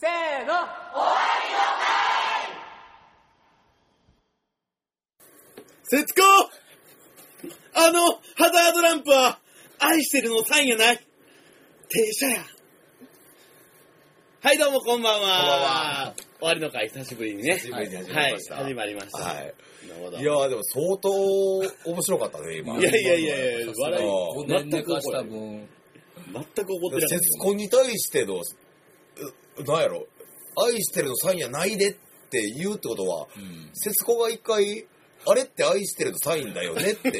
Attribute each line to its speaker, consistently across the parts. Speaker 1: ーの
Speaker 2: 節子あの、ハザードランプは、愛してるのサインやない停車や。はい、どうもこんばんは。
Speaker 3: こんばんは
Speaker 2: 終わりの会、久しぶりにね。
Speaker 3: 久しぶりに始ま
Speaker 2: は
Speaker 3: り
Speaker 2: い、
Speaker 3: ました
Speaker 2: 始まりました。
Speaker 3: はい。
Speaker 2: なるほど。
Speaker 3: いやーでも相当面白かったね、今。
Speaker 2: いやいやいやいや、
Speaker 3: あ
Speaker 2: 笑い、
Speaker 3: ー
Speaker 4: 5年寝かした分、
Speaker 2: 全く怒ってない。
Speaker 3: 節子に対しての、うなんやろ、愛してるのサインやないでって言うってことは、
Speaker 4: うん
Speaker 3: 節子が一回、あれって愛してるのサインだよねって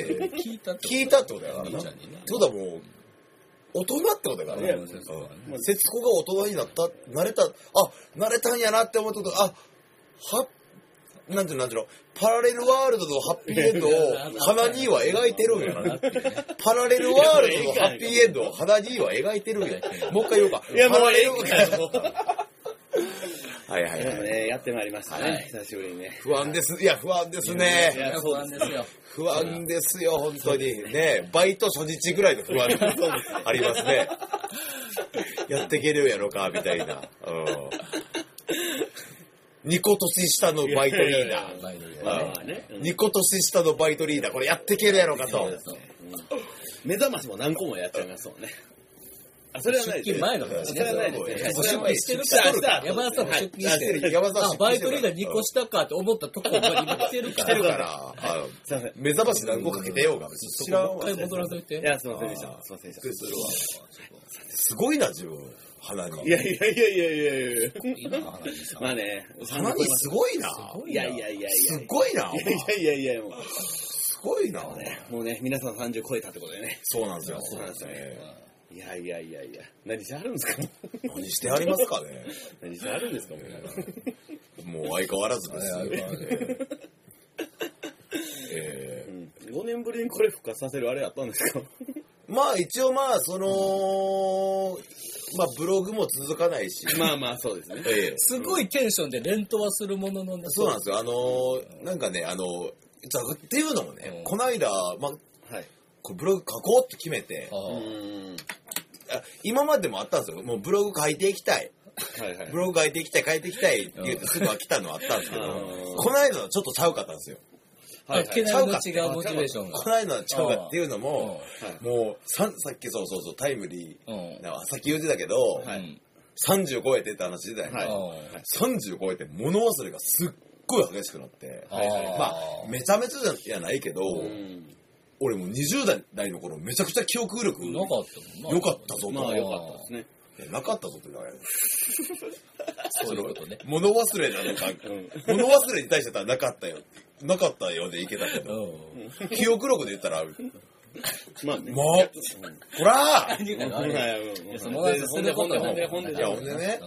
Speaker 4: 聞いたってこと
Speaker 3: 聞いたってことやから
Speaker 4: 兄
Speaker 3: な。っ
Speaker 4: ちゃ
Speaker 3: て
Speaker 4: んに
Speaker 3: ことはもう、大人ってことやから
Speaker 2: いや
Speaker 3: ね。うん節子が大人になった、慣れた、あ、慣れたんやなって思ったこと、あ、は、なんていうの、なんていうの、パラレルワールドとハッピーエンドを 花には描いてるんやな。パラレルワールドとハッピーエンドを花には描いてるんや。もう一回言おうか。
Speaker 2: いや、もう
Speaker 3: パラ
Speaker 2: え
Speaker 3: レ
Speaker 2: え
Speaker 3: ル
Speaker 2: ん かよ
Speaker 3: はいはい
Speaker 2: でも
Speaker 3: はい。
Speaker 2: ね、や ってまいりました
Speaker 4: はい
Speaker 2: ね、久しぶりにね。
Speaker 3: 不安です。いや、不安です
Speaker 2: い
Speaker 3: ね。
Speaker 2: や
Speaker 4: 不安ですよ。
Speaker 3: 不安ですよ、本当に。ねバイト初日ぐらいの不安が ありますね。やっていけるやろか、みたいな。うん。2個年下のバイトリーダー。
Speaker 4: バイドル
Speaker 2: まあ
Speaker 4: がね
Speaker 2: まあね。うん
Speaker 3: 2個年下のバイトリーダー。これやっていけるやろかと。
Speaker 2: 目覚ましも何個もやっちゃいますもんね。あ、それはない
Speaker 4: 出
Speaker 2: ですね。
Speaker 4: 勤前の話
Speaker 2: それはないですね。
Speaker 4: 出
Speaker 2: それは
Speaker 4: 勤してる
Speaker 2: 明日明
Speaker 4: から、
Speaker 2: 日
Speaker 4: 山田さんも出勤してる。
Speaker 3: 山田さ
Speaker 4: あ、
Speaker 3: ん
Speaker 4: バイトリーダー2個
Speaker 3: し
Speaker 4: したかって思ったところが今来てるか
Speaker 3: て
Speaker 4: ら
Speaker 3: る。から、あの
Speaker 2: すいません。
Speaker 3: 目覚まし何個かけてようが。知らん
Speaker 4: もう
Speaker 3: わ。
Speaker 4: 一回戻らんとい
Speaker 2: い
Speaker 4: て。
Speaker 2: や、すいませんでした。すいませんでし
Speaker 3: すごいな、自分。鼻
Speaker 2: た。
Speaker 3: に。
Speaker 2: いやいやいやいやいやいや
Speaker 4: 今の話さ
Speaker 2: まあね、
Speaker 3: 鼻にすごいな。
Speaker 2: いやいやいやいや。
Speaker 3: すごいな。お前
Speaker 2: いやいやいやいや、も
Speaker 3: すごいな。
Speaker 2: うね、もうね、皆さん30超えたってことでね。
Speaker 3: そうなんですよ。
Speaker 2: そうなんですよね。いやいやいやいや。何してあるんですか
Speaker 3: 何してありますかね。
Speaker 2: 何してあるんですかもう。
Speaker 3: もう相変わらずです。
Speaker 4: はい相
Speaker 3: え
Speaker 2: うん5年ぶりにこれ復活させるあれやったんですか
Speaker 3: ーまあ一応まあその、まあブログも続かない し、
Speaker 2: まあまあ、そうですね。
Speaker 3: ええ
Speaker 4: すごいテンションで連投はするもののね。
Speaker 3: そうなんですよ。あのーなんかね、あのーじゃあっていうのもね、
Speaker 4: うん
Speaker 3: こないだ、まあ、
Speaker 2: はい。
Speaker 3: こうブログ書こうって決めて、
Speaker 2: う
Speaker 4: あ
Speaker 2: ーん。
Speaker 3: あ今までもあったんですよ。もうブログ書いていきたい。
Speaker 2: はいはい
Speaker 3: ブ。ログ書いていきたい、書いていきたいって言ってすぐ飽きたのはあったんですけど、
Speaker 2: うん
Speaker 3: こないだはちょっとちゃうかったんですよ。
Speaker 4: あ。
Speaker 2: はいいは
Speaker 4: け
Speaker 2: い。
Speaker 4: ないの違うモチベーションが
Speaker 3: こ。ないだはちゃうかっていうのも、
Speaker 2: はい
Speaker 3: もうささっきそうそうそうタイムリ
Speaker 4: うん。
Speaker 3: ーなさっき言ってたけど、
Speaker 2: はい
Speaker 4: うん
Speaker 3: 30超えてって話してたやんか、
Speaker 2: はい
Speaker 4: うん
Speaker 3: 30超えて物忘れがすっごい激しくなって
Speaker 4: あ
Speaker 2: はいはい
Speaker 3: まあ
Speaker 4: ー
Speaker 3: めちゃめちゃじゃないけど、
Speaker 2: うん
Speaker 3: 俺もう20代の頃めちゃくちゃ記憶力
Speaker 4: なかったもんな。
Speaker 3: 良かったぞと、
Speaker 2: まあ、
Speaker 3: い
Speaker 2: よかったですね。
Speaker 3: やなかったぞってなんや
Speaker 4: そういうことね。
Speaker 3: 物忘れなのか
Speaker 2: うん。
Speaker 3: 物忘れに対してたらなかったよなかったよでいけたけ
Speaker 4: う
Speaker 3: ど
Speaker 4: ん。
Speaker 3: 記憶力で言ったら
Speaker 2: まあね。
Speaker 3: まあこら
Speaker 4: 何
Speaker 2: うん
Speaker 4: があ
Speaker 2: はい
Speaker 4: れ
Speaker 2: はい
Speaker 4: い
Speaker 2: うん
Speaker 4: やその話すること
Speaker 2: ほんで
Speaker 4: ね
Speaker 2: ほんでほんで
Speaker 3: いやほんでね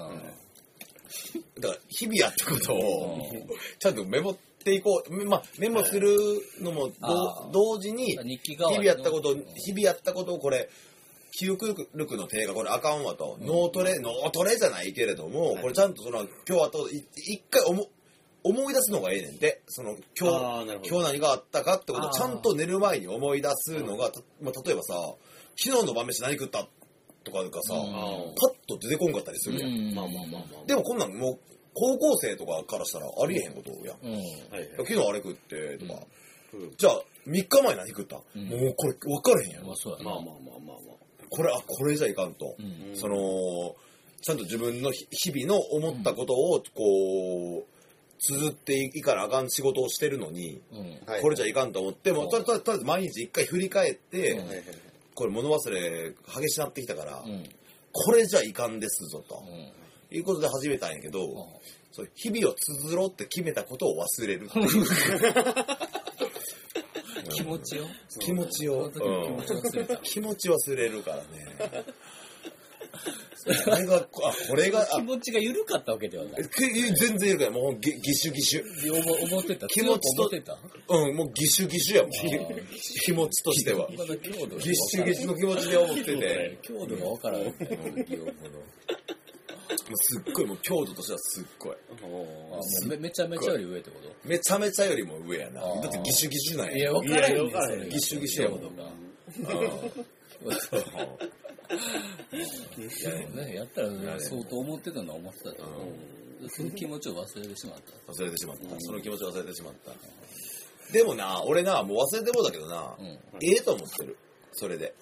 Speaker 3: だから日々やってことをちゃんとメモっていこうめまあメモするのも
Speaker 4: あ
Speaker 3: ど同時に
Speaker 4: 日記
Speaker 3: 日
Speaker 4: 代わ
Speaker 3: 々
Speaker 4: りの
Speaker 3: やったこと、日々やったことをこれ、記憶力の低下、これあかんわと、脳トレ、脳トレじゃないけれども、これちゃんとその、今日あと、い一回思、思い出すのがええねんで、その、
Speaker 2: あ
Speaker 3: 今
Speaker 2: ーなるほ
Speaker 3: 日、
Speaker 2: ど
Speaker 3: 今日何があったかってことを
Speaker 4: あー
Speaker 3: ちゃんと寝る前に思い出すのが、たまあ、例えばさ、昨日の晩飯何食ったとかがさ、
Speaker 4: うん
Speaker 3: パッ
Speaker 2: あ
Speaker 3: と出てこんかったりするやん。
Speaker 4: うん
Speaker 2: まあまあまあまあ。
Speaker 3: でもこんなんもう、高校生とかからしたらありえへんことやん。
Speaker 4: うん。
Speaker 2: はいはい
Speaker 3: 昨日あれ食って、とか、
Speaker 2: うん
Speaker 3: じゃあ、3日前何食った、
Speaker 4: うん
Speaker 3: もうこれ分からへんやん。
Speaker 4: まあそうや
Speaker 2: ま
Speaker 4: な
Speaker 2: あ。まあまあまあまあ。
Speaker 3: これ、あ、これじゃいかんと
Speaker 4: う。ん。
Speaker 3: その、ちゃんと自分の日日々の思ったことを、こう、綴っていかなあかん仕事をしてるのに、
Speaker 4: うん。
Speaker 2: はい
Speaker 3: これじゃいかんと思って、もうとりあえずとりあえず毎日一回振り返って、
Speaker 4: うん
Speaker 2: はいはい
Speaker 3: これ物忘れ激しなってきたから、
Speaker 4: うん。
Speaker 3: これじゃいかんですぞ、と
Speaker 4: うん
Speaker 3: いうことで始めたんやけど、そう日々を綴ろうって決めたことを忘れるっていう
Speaker 4: 気持ちよ。
Speaker 3: 気持ちを、
Speaker 4: その時の気持ちを忘れた
Speaker 3: うん気持ち忘れるからね。それが、あ、これが、あ
Speaker 4: 気持ちが緩かったわけではない。
Speaker 3: く全然いるから、もうぎぎしゅぎしゅ。
Speaker 4: 思思ってた。
Speaker 3: 気持ちと
Speaker 4: 強く思ってた。
Speaker 3: うん、もうぎしゅぎしゅやもん
Speaker 4: ー。
Speaker 3: 気持ちとしては。
Speaker 4: まだ強度が分からん
Speaker 3: ぎっしゅぎしゅの気持ちで思ってて、
Speaker 4: 強度が分からん みたいな。
Speaker 3: もうすっごい、もう強度としてはすっごい。
Speaker 4: あもうめめちゃめちゃより上ってこと
Speaker 3: めちゃめちゃよりも上やな。
Speaker 4: あー
Speaker 3: だってぎしゅぎしゅなん
Speaker 4: いや、
Speaker 3: や。
Speaker 4: 分からん
Speaker 2: いや
Speaker 4: よ
Speaker 2: 分からん。
Speaker 4: それ
Speaker 3: ぎっしゅぎっしゅやもん
Speaker 4: 強度が
Speaker 3: うん
Speaker 4: いやでも ね、やった
Speaker 3: や
Speaker 4: ら
Speaker 3: ね
Speaker 4: 相当思ってたのは思ってたと思う。その気持ちを忘れてしまった。
Speaker 3: 忘れてしまった。その気持ち忘れてしまった。でもな、俺な、もう忘れてもうだけどな
Speaker 4: う、ん、
Speaker 3: ええと思ってる。それで。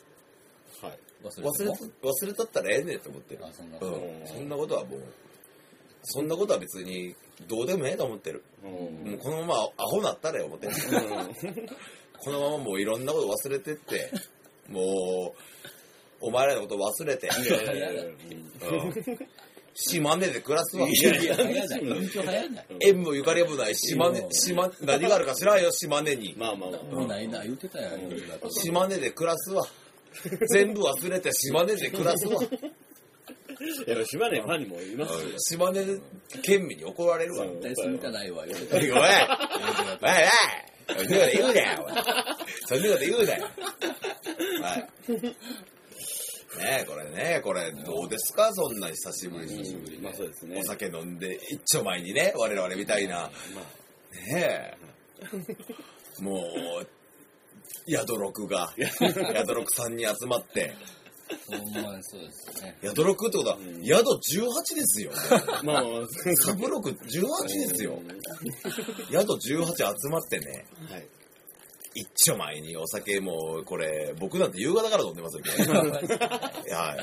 Speaker 2: はい。
Speaker 4: 忘れ
Speaker 3: 忘
Speaker 4: て
Speaker 3: れ
Speaker 4: も
Speaker 3: た、忘れたったらええねんって思ってる。
Speaker 4: あ、そんなこと。
Speaker 3: うん。そんなことはもう、そんなことは別に、どうでもええと思ってる。
Speaker 2: うん。
Speaker 3: もうこのままアホなったらよ、思ってる。このままもういろんなこと忘れてって、もう、お前らのこと忘れて、
Speaker 2: いやいやいや
Speaker 3: うん島根で暮らすわ。
Speaker 4: いやいや、早ない。勉強早ない。
Speaker 3: 縁もゆかりもない島
Speaker 4: う
Speaker 3: 根、
Speaker 4: ん
Speaker 3: 島、何があるか知らんよ、島根に。
Speaker 2: まあまあまあ。
Speaker 4: もうないな、言ってたやん。
Speaker 3: 島根で暮らすわ。全部忘れて島根で暮らすわ。
Speaker 2: やっぱ島根ファンにもいますよ。
Speaker 3: 島根県民に怒られるわ。おい
Speaker 2: そう
Speaker 4: 絶対住みたないわ、言って
Speaker 3: お
Speaker 4: た。
Speaker 3: いおいおいそんなこと言うなよ、おいそんなこと言うなよ。はい。ねえ、これね、これ、どうですかそんな久しぶりに。
Speaker 2: まあそうですね
Speaker 3: お。酒飲んで、一丁前にね、我々みたいな。
Speaker 2: まあ、
Speaker 3: ねえ。もう、宿六が、宿六さんに集まって、
Speaker 4: ほんまにそうですね。
Speaker 3: 宿六ってことは、
Speaker 2: うん
Speaker 3: 宿18ですよ。
Speaker 2: まあまあ、は
Speaker 3: サブロク18ですよ。宿18集まってね、
Speaker 2: い。
Speaker 3: 一丁前にお酒もう、これ、僕なんて夕方から飲んでますよ、 今いや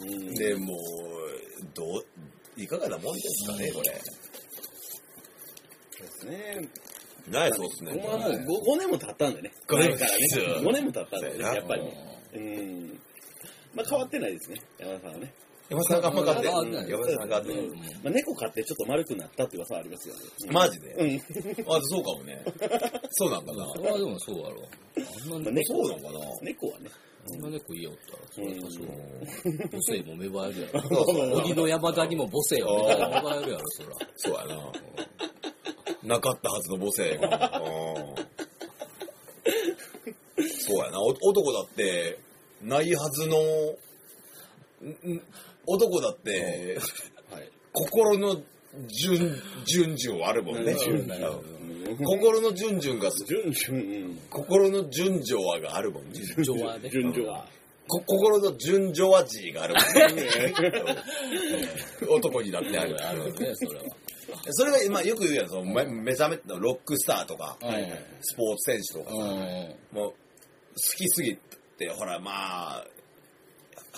Speaker 2: うん
Speaker 3: で、もう、どう、いかがなもんですかね、これ。
Speaker 2: ですね。
Speaker 3: ないそうで
Speaker 2: こ
Speaker 3: すね。
Speaker 2: こはもう5年も経ったんでね。
Speaker 3: 五年も
Speaker 2: 前からね。5年も経ったんで
Speaker 3: そう
Speaker 2: ね、
Speaker 3: やな
Speaker 2: やっぱりね。うん。まあ変わってないですね、山田さんはね。
Speaker 3: 山田さんがあんま勝
Speaker 4: 山田さん
Speaker 3: って
Speaker 4: が
Speaker 3: ない、山田さんが勝ってない。
Speaker 2: まあ猫飼ってちょっと丸くなったって噂はありますよね。
Speaker 3: マジで
Speaker 2: うん。
Speaker 3: あ、そうかもね。そうな んかな。
Speaker 4: それはでもそうやろ。あんな
Speaker 2: まあ
Speaker 4: 猫、
Speaker 3: そうなのかな
Speaker 2: 猫はね。
Speaker 4: あんな猫いよったら、それは多
Speaker 3: う
Speaker 4: 少。
Speaker 3: ん
Speaker 4: 母性も芽生え るや
Speaker 3: そうそう
Speaker 4: ろ。鬼の山田にも母性は芽生えるやろ、そら。
Speaker 3: そうやな。なかったはずの母性が。うんそうやな。お男だって、ないはずの、んん男だって、
Speaker 2: はい。
Speaker 3: 心の順、順々はあるもんね。
Speaker 2: 順
Speaker 4: 々
Speaker 3: うん心の順々が、
Speaker 2: 順順、
Speaker 3: 心の順序はがあるもんね。
Speaker 4: 情はね。
Speaker 2: 順序は。
Speaker 3: こ心の順序は G があるもんね。うん男にだってある。
Speaker 4: あるね、それは。
Speaker 3: それが、まあ、よく言うやん。そのめ目覚めたロックスターとか、
Speaker 4: はい
Speaker 3: スポーツ選手とか。
Speaker 4: はい。。
Speaker 3: もう、好きすぎて、ほら、まあ、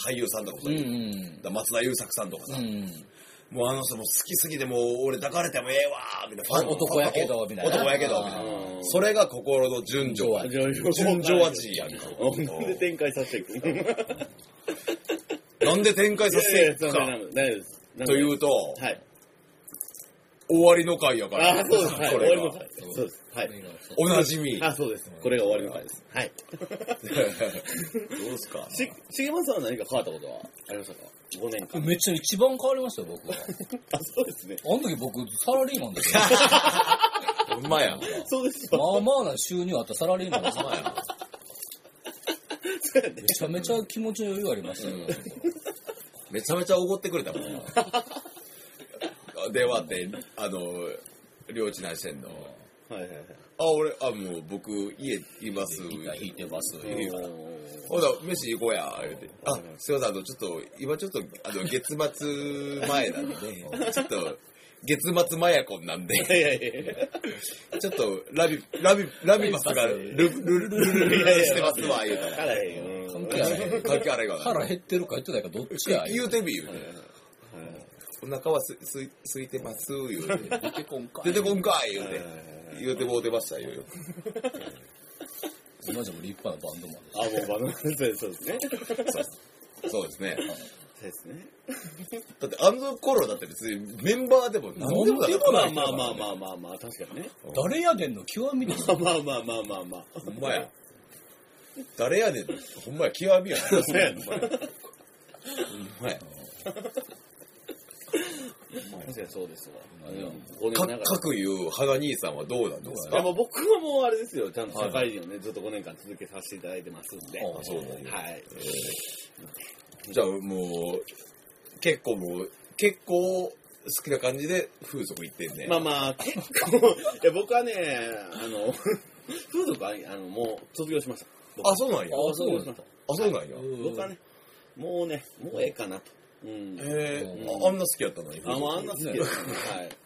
Speaker 3: 俳優さんとかもそううん
Speaker 4: う
Speaker 3: いう、
Speaker 4: ん
Speaker 3: 松田優作さんとかさ、
Speaker 4: うん。うん。
Speaker 3: もうあの人もう好きすぎて、もう俺抱かれてもええわーみたいな、ファン
Speaker 4: 男やけどみたいな
Speaker 3: 男やけど、みたいな。
Speaker 2: うん
Speaker 3: それが心の順序は、
Speaker 2: 順序
Speaker 3: 順序は G やん か。
Speaker 2: で展開させていく。
Speaker 3: なんで展開させてい
Speaker 2: そ
Speaker 3: く
Speaker 2: うな
Speaker 3: か
Speaker 2: の大丈夫です。。
Speaker 3: といううと、
Speaker 2: はい。
Speaker 3: 終わりの回やか
Speaker 2: あ
Speaker 3: ら、
Speaker 2: あ、そうです。はい。終
Speaker 3: こ
Speaker 2: わり
Speaker 3: れ
Speaker 2: の
Speaker 3: が、
Speaker 2: 回。そうです。はい。
Speaker 3: おな じみ。ど
Speaker 2: あ、そうです。これが終わりの回です。はい。
Speaker 3: うですか
Speaker 2: し、重松さんは何か変わったことはありましたか ?5 年間。
Speaker 4: めっちゃ一番変わりましたよ、僕 は。
Speaker 2: あ、そうですね。
Speaker 4: あの時僕、サラリーマンですよ。
Speaker 3: ほんまや。
Speaker 2: そうですよ。
Speaker 4: まあまあな収入あったサラリーマンですよ。 めちゃめちゃ気持ちの余裕ありましたよ。
Speaker 3: めちゃめちゃおごってくれたもんな。 電話って、あの、領地内してんの。
Speaker 2: はいはいはい。
Speaker 3: あ、俺、あ、もう僕、家います。
Speaker 4: ギター弾いてます。
Speaker 3: ほら、飯行こうや、言うて。あ、すいません、あの、ちょっと、今ちょっと、あの、月末前なんで、ちょっと、月末マヤコンなんで、
Speaker 2: いやいやいや。
Speaker 3: ちょっと、ラビ、ラビ、ラビバスがル、ル、ル、ル、ル、ルしてますわ、言う
Speaker 2: わ
Speaker 3: た。
Speaker 2: かららへんよ。
Speaker 4: 関係ない
Speaker 3: 関係あれが
Speaker 4: 腹減ってるか言ってないかどっちや。
Speaker 3: 言うてみ、言うて。お腹はす、すい、すいてます、言うて。
Speaker 4: 出てこんか
Speaker 3: 出てこんかい言う
Speaker 2: はい
Speaker 3: て、言うてもうてましたよ。
Speaker 4: 今じゃもう立派なバンドマン
Speaker 2: あ、もうバナナそうですそうですね。そう
Speaker 3: そうですね。
Speaker 2: ですね。
Speaker 3: だってあの頃だって別にメンバーでも何でもなかった。
Speaker 2: まあまあまあまあまあまあ、確かにね。
Speaker 4: 誰やでんの極みです
Speaker 2: まあまあまあまあまあまあ。
Speaker 3: ほんまや。誰やねん。ほんまや、極みやな。ほん
Speaker 2: うやな
Speaker 3: まや。
Speaker 2: 確かにそうですわ。
Speaker 4: うん
Speaker 2: 5年
Speaker 3: か
Speaker 2: 長い。
Speaker 3: かくいう花兄さんはどうなんです
Speaker 2: いや
Speaker 3: か
Speaker 2: もう僕はもうあれですよ、ちゃんと社会人をね、ずっと5年間続けさせていただいてますんで。
Speaker 4: あ
Speaker 3: そうなんや
Speaker 2: はい。
Speaker 3: じゃあもう、結構もう、結構好きな感じで風俗行ってんね。
Speaker 2: まあまあ、結構、 いや僕はね、あの、風俗は、あの、もう卒業しました。
Speaker 3: あ、そうなんや。
Speaker 4: あそう
Speaker 2: 卒業しました。
Speaker 3: あ、そうなんや。
Speaker 2: 僕はね、もうね、もうええかなと。うん。
Speaker 3: へえ
Speaker 4: うん
Speaker 3: ああんな好きやったのに。
Speaker 2: あ、もうあんな好きです、ね。
Speaker 4: ね
Speaker 2: はい。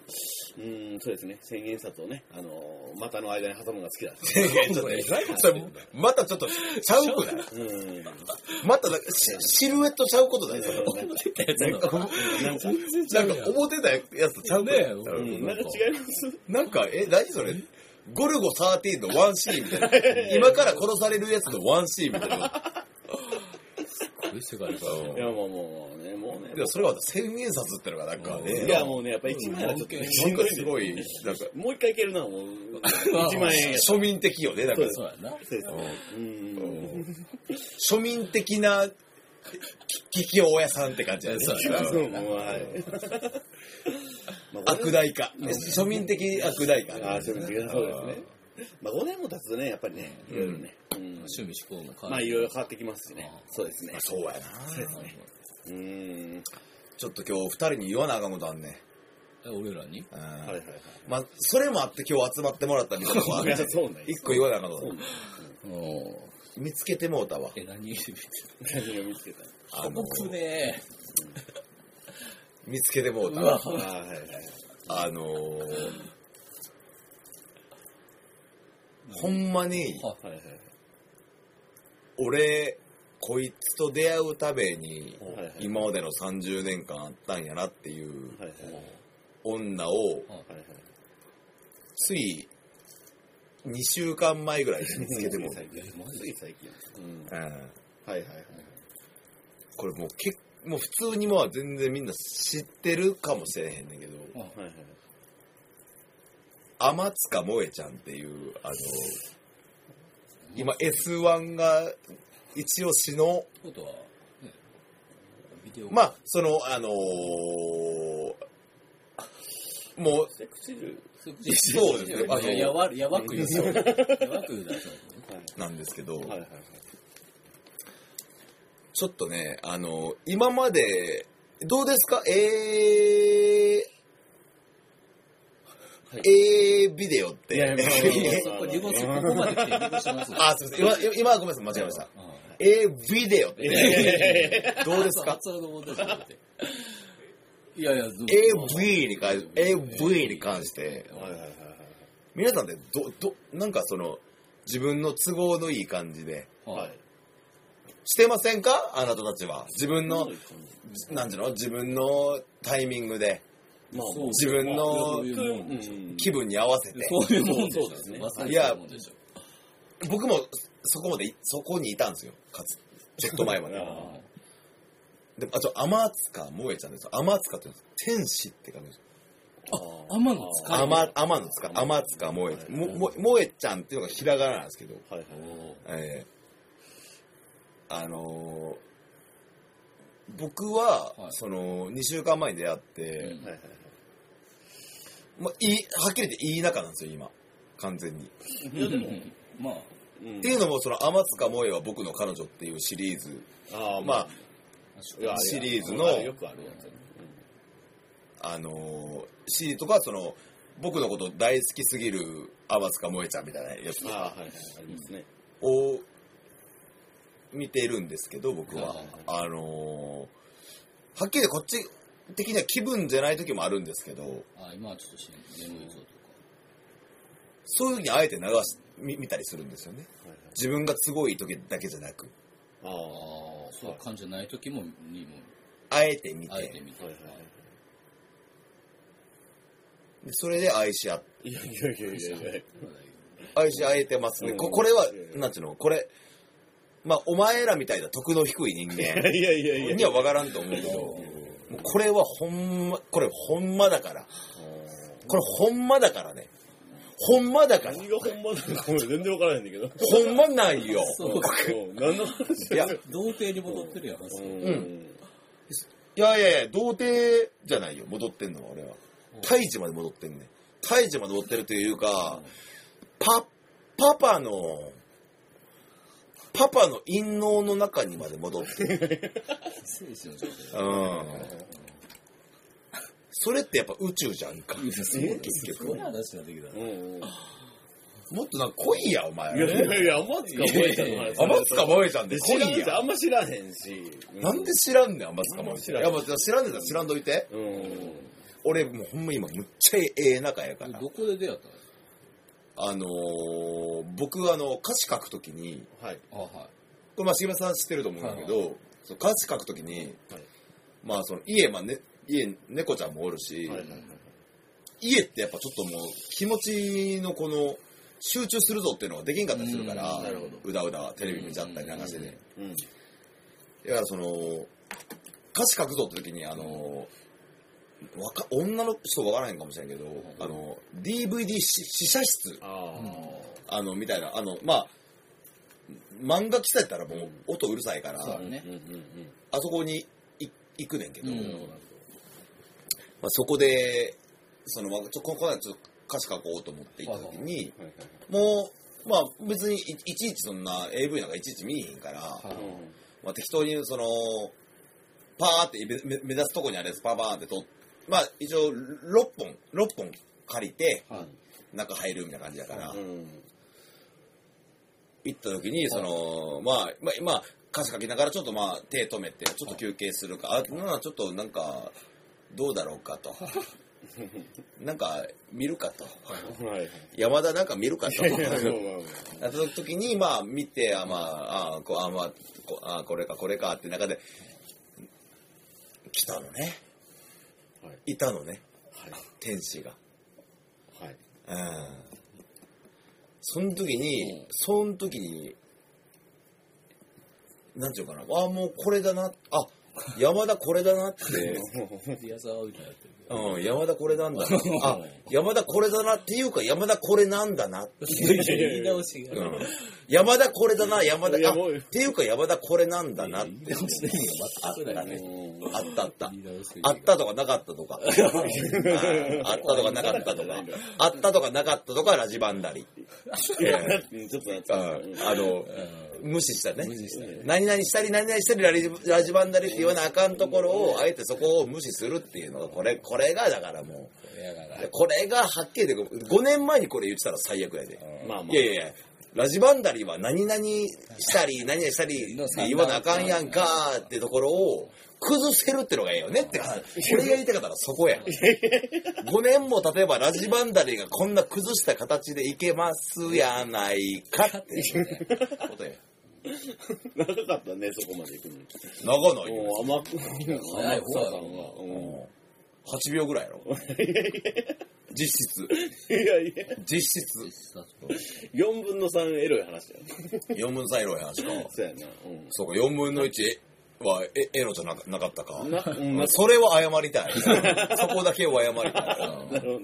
Speaker 2: うん、そうですね。千円札をね、あのー股の間に挟むのが好きだ。
Speaker 3: いやちょっとねそれまたちょっと、ちゃうくない
Speaker 2: うん。
Speaker 3: またなんかシ、シルエットちゃうことないそれ
Speaker 4: 出たやつ
Speaker 3: なん
Speaker 4: の
Speaker 3: か、
Speaker 2: なんか、
Speaker 3: なんか思ってたやつとちゃうくない
Speaker 4: ねえ
Speaker 2: うん、なんか違います。
Speaker 3: なんか、え、何それゴルゴ13のワンシーンみたいな。今から殺されるやつのワンシーンみたいな。
Speaker 4: こういう世界か
Speaker 3: うん
Speaker 2: いや、もう、もうね、もうね
Speaker 3: で。もそれは千円札ってのがなんかね。
Speaker 2: いや、もうね、やっぱ一枚はちょっとね、
Speaker 3: なんかすごい、なんか、
Speaker 2: もう一回いけるな、もう。一万円や。
Speaker 3: 庶民的よね、なんか。
Speaker 2: そう
Speaker 4: そうやな。
Speaker 2: そうですねう。
Speaker 3: うんん庶民的な、き桔梗屋さんって感じだね。
Speaker 4: そう
Speaker 2: そ
Speaker 4: や
Speaker 2: うもうはい。まあ
Speaker 3: 悪代化。庶民的悪代化。
Speaker 2: ああ、そうですね。そうですね。まあ、5年も経つとね、やっぱりね、いろいろね。うん
Speaker 4: 趣味思考も変
Speaker 2: ま
Speaker 4: わ
Speaker 2: あ、い
Speaker 4: る。
Speaker 2: ろいろ変わってきますしね
Speaker 4: あ。
Speaker 2: そうですね
Speaker 3: あ。そうやな。
Speaker 2: うーん。
Speaker 3: ちょっと今日二人に言わなあかんことあんね。
Speaker 4: え俺らに
Speaker 3: うん
Speaker 2: はいはいはい。
Speaker 3: まあ、それもあって今日集まってもらったみたいなのもあ
Speaker 2: い
Speaker 3: る
Speaker 2: や、そうね。
Speaker 3: 一個言わなあかんこと
Speaker 2: そうね。
Speaker 4: お
Speaker 3: 見つけてもうたわ。
Speaker 4: え、何
Speaker 2: 何を見つけた
Speaker 3: あの
Speaker 4: 僕ね
Speaker 3: 見つけてもうた
Speaker 4: うわ
Speaker 2: ああ、はいはい。
Speaker 3: あのー、ほんまに、
Speaker 4: は
Speaker 2: はいはい
Speaker 3: 俺、こいつと出会うために、
Speaker 2: はいはい。
Speaker 3: 今までの30年間あったんやなっていう
Speaker 2: はいはい。はい
Speaker 3: 女を、
Speaker 2: はい。
Speaker 3: つい2週間前ぐらいに見つけてもうた。
Speaker 2: 最近。
Speaker 4: マジ
Speaker 2: つい最近。うん。
Speaker 3: うん
Speaker 2: はいはいはい。
Speaker 3: これもう結もう普通にまあ全然みんな知ってるかもしれへんねんけど、
Speaker 2: はいはい。
Speaker 3: 天塚萌えちゃんっていう、あの、今 S1 が一押しの、
Speaker 4: ことは、ね、ビデオ
Speaker 3: まあ、その、あのーもう、
Speaker 2: セクシル。
Speaker 4: そう
Speaker 3: そうですねあの
Speaker 4: いや、やわ、やばく言う。やばく言うだそう。
Speaker 2: はい
Speaker 3: なんですけど、
Speaker 2: はいはいはい。
Speaker 3: ちょっとね、あの今まで、どうですかえ
Speaker 2: はい
Speaker 3: ー、えー、ビデオって。
Speaker 2: いやいや まあまあまあ
Speaker 4: そこ、リゴス、ここまで来て、リゴスます。
Speaker 3: あ、すいません。今、今はごめんなさい。間違えました。
Speaker 4: うん、
Speaker 3: えー、ビデオって。 どうですか
Speaker 4: 発音の問題じゃなくて。いやいや、どう
Speaker 3: AV に関して、AV に関して、
Speaker 2: はいはいはいはい。
Speaker 3: 皆さんってど、ど、なんかその、自分の都合のいい感じで、
Speaker 2: は
Speaker 4: はい
Speaker 2: い。
Speaker 3: してませんかあなたたちは。自分
Speaker 2: ま
Speaker 3: の、なんていうの自分のタイミングで、
Speaker 2: あ
Speaker 4: そう
Speaker 2: もう
Speaker 3: 自分
Speaker 4: そ
Speaker 3: の
Speaker 4: ういうもんでしょ
Speaker 3: 気
Speaker 2: 気
Speaker 3: 分に合わせて。
Speaker 4: そういうもんでしょ
Speaker 2: そうですね
Speaker 4: まさに
Speaker 3: いや
Speaker 4: そういうもんでしょ
Speaker 3: 僕も、そこまでい、そこにいたんですよ。かつ、ちょっと前ま で。
Speaker 2: あ
Speaker 4: あ
Speaker 3: でも、あと、天塚萌えちゃんです。天塚って言うんです天使って感じです。
Speaker 4: あ天の塚
Speaker 2: はい
Speaker 3: 天、天の塚、天塚萌えちゃん。も、も、萌えちゃんっていうのがひらがななんですけど。
Speaker 2: はい
Speaker 4: ーおー
Speaker 3: えーあのー僕は、
Speaker 4: はい
Speaker 3: その2週間前に出会って、
Speaker 4: うん
Speaker 2: はいはい
Speaker 3: まあ、いいはっきり言っていい仲なんですよ今完全に、っ
Speaker 2: いやでも
Speaker 4: まあ、
Speaker 2: うん
Speaker 3: ていうのもその天塚萌えは僕の彼女っていうシリーズ
Speaker 2: ああ
Speaker 3: まあ
Speaker 2: いや
Speaker 3: シリーズの
Speaker 2: あれよくあるやつね
Speaker 3: あのーシリーズとかその僕のこと大好きすぎる天塚萌えちゃんみたいなやつ
Speaker 2: うんああはいはいありますね
Speaker 3: を見てるんですけど僕は、
Speaker 4: はいはい
Speaker 3: あのーはっきり言ってこっち的には気分じゃない時もあるんですけど、
Speaker 4: あ今はちょっとし眠いぞとか。
Speaker 3: そういうふうにあえて流し、見見たりするんですよね。自分が都合いい時だけじゃなく、
Speaker 2: ああ
Speaker 4: ああ、そう感じない時も、にも、
Speaker 3: あえて見て、
Speaker 4: あえて見て。
Speaker 2: はいは
Speaker 3: でそれで愛し合、
Speaker 2: いいやいやいやいやいや
Speaker 3: 愛し合えてますね。
Speaker 2: うん
Speaker 3: ここれは
Speaker 2: うんいやい、や
Speaker 3: なんちゅうの、これ、まあ、お前らみたいな得の低い人間
Speaker 2: いやいやいや
Speaker 3: には分からんと思うけど、もうこれはほんま、これほんまだから。これほんまだからね。ほんまだから。
Speaker 2: 何が本物なのかも全然分からないんだけど
Speaker 3: ほんまないよ。
Speaker 4: そうか。
Speaker 2: うん何の話
Speaker 3: いや、
Speaker 4: 童貞に戻ってるやん、まず。
Speaker 3: ういやいやいや、童貞じゃないよ、戻ってんのは、俺は。胎児まで戻ってんねん。胎児まで戻ってるというか、パ、パパの、パパの陰謀の中にまで戻って る。
Speaker 4: 精神の状態。
Speaker 3: うん。それってやっぱ宇宙じゃんか。
Speaker 4: いやすごいすごい話ができたな
Speaker 2: うんうん
Speaker 3: もっとなんか来いや、お前。
Speaker 2: いやいやいや、天塚萌えちゃんの話。
Speaker 3: 天塚
Speaker 2: え
Speaker 3: 萌えちゃんで来
Speaker 2: 知らん
Speaker 3: い
Speaker 2: じゃん。
Speaker 3: や
Speaker 2: あ。んま知らへんし。
Speaker 3: なんで知らんねん、天塚萌えちゃん。い
Speaker 2: あ
Speaker 3: や、
Speaker 2: ん
Speaker 3: もう知らんねんなら知らんといて。
Speaker 2: うん。
Speaker 3: 俺、もうほんま今、むっちゃええ仲やから。
Speaker 4: どこで出会ったんですか
Speaker 3: あのー、僕、あの、歌詞書くときに、
Speaker 2: はい。
Speaker 4: あ、はい。
Speaker 3: これ、まあ、杉村さん知ってると思うんだけど、その歌詞書くときに、
Speaker 2: はい
Speaker 3: まあ、その、家、まあ、ね、家、猫ちゃんもおるし、
Speaker 2: はいはいはい
Speaker 3: 家ってやっぱちょっともう気持ちのこの集中するぞっていうのができんかったりするから、
Speaker 4: うん
Speaker 2: なるほど
Speaker 3: うだうだテレビ見ちゃったりなんかして
Speaker 4: うん
Speaker 3: て、
Speaker 2: うん。
Speaker 3: だからその歌詞書くぞって時にあの、わか女の人わからへんかもしれんけど、あの DVD し試写室
Speaker 2: ああ。
Speaker 3: あのみたいなあのまあ漫画喫茶やったらもう音うるさいから、
Speaker 4: そうだね
Speaker 2: うんう
Speaker 3: あそこにい行くねんけど、
Speaker 4: うん
Speaker 3: まあ、そこでそのまあちょここはちょっと歌詞書こうと思って行った時に、
Speaker 2: んうん。はい
Speaker 3: もう、まあ別にいいちいちそんな AV なんかいちいち見えへんから、
Speaker 4: い
Speaker 2: はいはい。
Speaker 3: まあ適当にその、パーってめめ目指すとこにあるやつパーパーってとまあ一応6本、6本借りて
Speaker 4: はい。
Speaker 3: 中入るみたいな感じだから、
Speaker 2: うん。
Speaker 3: 行った時にその、まあ、まあ、まあ、歌詞書きながらちょっとまあ手止めて、ちょっと休憩するか、あ、まあちょっとなんか、どうだろうかと。 なんか、見るかと。
Speaker 2: はいはい。
Speaker 3: 山田なんか見るかと。
Speaker 2: そう
Speaker 3: やった時に、まあ、見て、あ、まあ、あ、こうあ、まあ、こあこれか、これかって中で、来たのね。、
Speaker 2: はい
Speaker 3: たのね、
Speaker 2: はい
Speaker 3: 天使が。
Speaker 2: はい。
Speaker 3: うん。その時に、
Speaker 4: うん
Speaker 3: その時に、なんていうかな、あ、もうこれだな、あ、山田これだ なって、
Speaker 4: リアザーみたいになってるけど。
Speaker 3: うん、山田これなんだな、あ、山田これだなっていうか、山田これなんだなって
Speaker 4: 言い直しが。
Speaker 3: うん山田これだな、山田。
Speaker 2: いや
Speaker 3: あ
Speaker 2: もう
Speaker 3: っていうか山田これなんだなっ
Speaker 4: 言い
Speaker 3: て。
Speaker 4: 直しでいいよ、
Speaker 3: あ
Speaker 4: 全く
Speaker 3: った
Speaker 4: だね。
Speaker 3: ね。あったあった
Speaker 4: 言。い直しでいいよ
Speaker 3: あったとかなかったとか。うんあったとかなかったとか。あったとかなかったとかラジバンダリ。
Speaker 2: いや、ちょっとやっ
Speaker 3: うん
Speaker 2: た。
Speaker 3: あの、無視したね
Speaker 4: 無。視したね
Speaker 3: 何々したり何々したりラジラジバンダリって言わなあかんところを、あえてそこを無視するっていうのが、これ、これがだからも
Speaker 4: これやから
Speaker 3: う、これがはっきりで、5年前にこれ言ってたら最悪やで。
Speaker 2: まあまあ
Speaker 3: いやいやいや、ラジバンダリは何々したり、何々したりって言わなあかんやんかーってところを、崩せるってのがええよねって話。俺が言いたかったらそ こや。5年も例えばラジバンダリがこんな崩した形でいけますやないかって いうことや。
Speaker 2: 長かったね、そこまで行くのに。
Speaker 3: 長野よ。
Speaker 2: もう甘く、
Speaker 4: 早い
Speaker 2: 甘く
Speaker 4: 方
Speaker 2: さ
Speaker 4: だ
Speaker 2: さ
Speaker 4: なん
Speaker 2: が。うん
Speaker 3: 8秒ぐらいや ろ。実質。
Speaker 2: いやいや、
Speaker 3: 実質。
Speaker 2: 4分の3エロい話だよ。
Speaker 3: 4分の3エロや話か。
Speaker 2: そうやな。うん
Speaker 3: そうか、4分の1はえエロじゃなかなかったか。
Speaker 2: な、 うん、な、
Speaker 3: それは謝りたい。 そこだけを謝りたい。う
Speaker 2: なんるほど。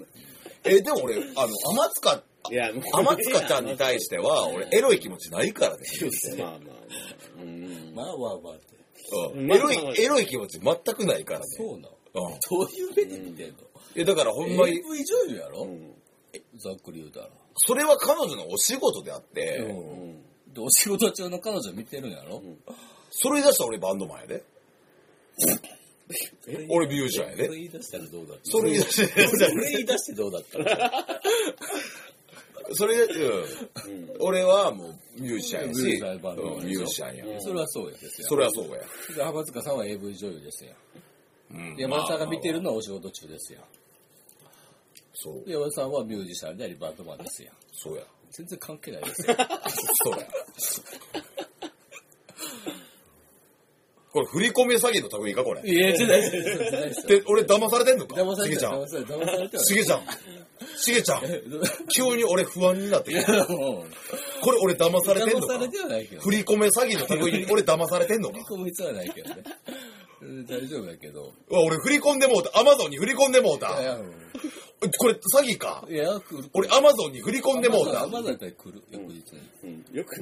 Speaker 3: え、でも俺、あの、天塚、
Speaker 2: いや、
Speaker 3: 天塚ちゃんに対しては、俺、エロい気持ちないからね。
Speaker 2: まあまあまあ。うん。
Speaker 4: まあまあまあって。
Speaker 3: うんエロい、エロい気持ち全くないからね。
Speaker 4: そうなの
Speaker 3: うん。
Speaker 4: どういう目で見てんの
Speaker 3: え、だからほんまに
Speaker 4: ?AV、女優や
Speaker 2: う
Speaker 4: ろ
Speaker 2: ん。
Speaker 4: ざっくり言うたら。
Speaker 3: それは彼女のお仕事であって、
Speaker 2: う
Speaker 4: うん
Speaker 2: ん。
Speaker 4: で、お仕事中の彼女見てるんやろ
Speaker 3: それ言い出したら俺バンドマンやで。俺ミュージシャンや
Speaker 4: それ
Speaker 3: で。
Speaker 4: 言い出したらどうだった
Speaker 3: それ言い出して、
Speaker 4: それ言い出してどうだったの
Speaker 3: それ、うん。俺はもうミュージシャンや
Speaker 4: ミ
Speaker 3: し、
Speaker 4: ュージシャンバンドマン
Speaker 3: うんミュージシャンや。
Speaker 2: うん
Speaker 4: それはそうやですよ。
Speaker 3: それはそうや。
Speaker 4: で浜塚さんは AV 女優ですよ。
Speaker 3: うん
Speaker 4: で山田さんが見てるのはお仕事中ですよ。
Speaker 3: そう
Speaker 4: で、山田さんはミュージシャンでありバンドマンですよ。
Speaker 3: そうや。
Speaker 4: 全然関係ないですよ。
Speaker 3: そうや。これ、振り込め詐欺の類いか、これ。
Speaker 4: いや、じゃないですよ。
Speaker 3: で、俺、騙されてんのか
Speaker 4: 騙され
Speaker 3: しげ
Speaker 4: て
Speaker 3: ちゃ
Speaker 4: は
Speaker 3: ん
Speaker 4: 騙。されては騙されては
Speaker 3: しげちゃん。しげちゃん。急に俺不安になってきた。
Speaker 4: もう
Speaker 3: これ、俺騙されてんの
Speaker 4: 騙さ
Speaker 3: か
Speaker 4: れてはないけどね
Speaker 3: 振。り込め詐欺の類いに俺騙されてんのか
Speaker 4: 振り込む必要はないけどね。うん大丈夫だけど。
Speaker 3: うわ俺、振り込んでもうた。アマゾンに振り込んでもう
Speaker 4: い
Speaker 3: た。
Speaker 4: や、
Speaker 3: これ、詐欺か
Speaker 4: うん。いや来る。
Speaker 3: 俺、アマゾンに振り込んでもう
Speaker 4: ア
Speaker 3: た。
Speaker 4: マゾンやったら来る。翌日に。
Speaker 2: うん。よく、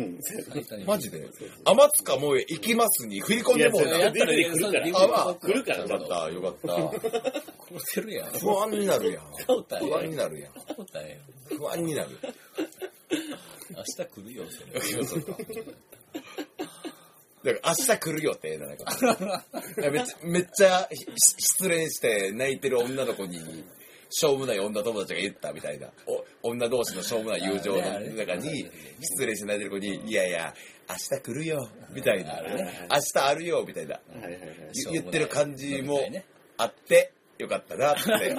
Speaker 4: 大体に
Speaker 3: マジで。天塚萌え行きますに振り込んでもう
Speaker 4: いや
Speaker 3: た。
Speaker 4: ったらいいよ
Speaker 2: 来るから
Speaker 4: リンク
Speaker 3: あまあ
Speaker 2: 来るから
Speaker 4: ちゃん
Speaker 2: だ
Speaker 4: と
Speaker 3: よかった、よかった。
Speaker 4: 殺せるやん。
Speaker 3: 不安になるやん。不安になるやん。
Speaker 4: そうだよ。
Speaker 3: 不安になる。
Speaker 4: 明日来るよ、それ。
Speaker 3: だから明日来るよってなんか めっちゃめっちゃひ失恋して泣いてる女の子にしょうもない女友達が言ったみたいなお女同士のしょうもない友情の
Speaker 4: あれあれ
Speaker 3: 中に、失礼しないでる子に、いやいや、明日来るよ、みたいな、ね。明日あるよ、みたいな。
Speaker 2: はいはいはい。
Speaker 3: 言言ってる感じも
Speaker 4: 飲み会ね
Speaker 3: あって、よかったな、 って。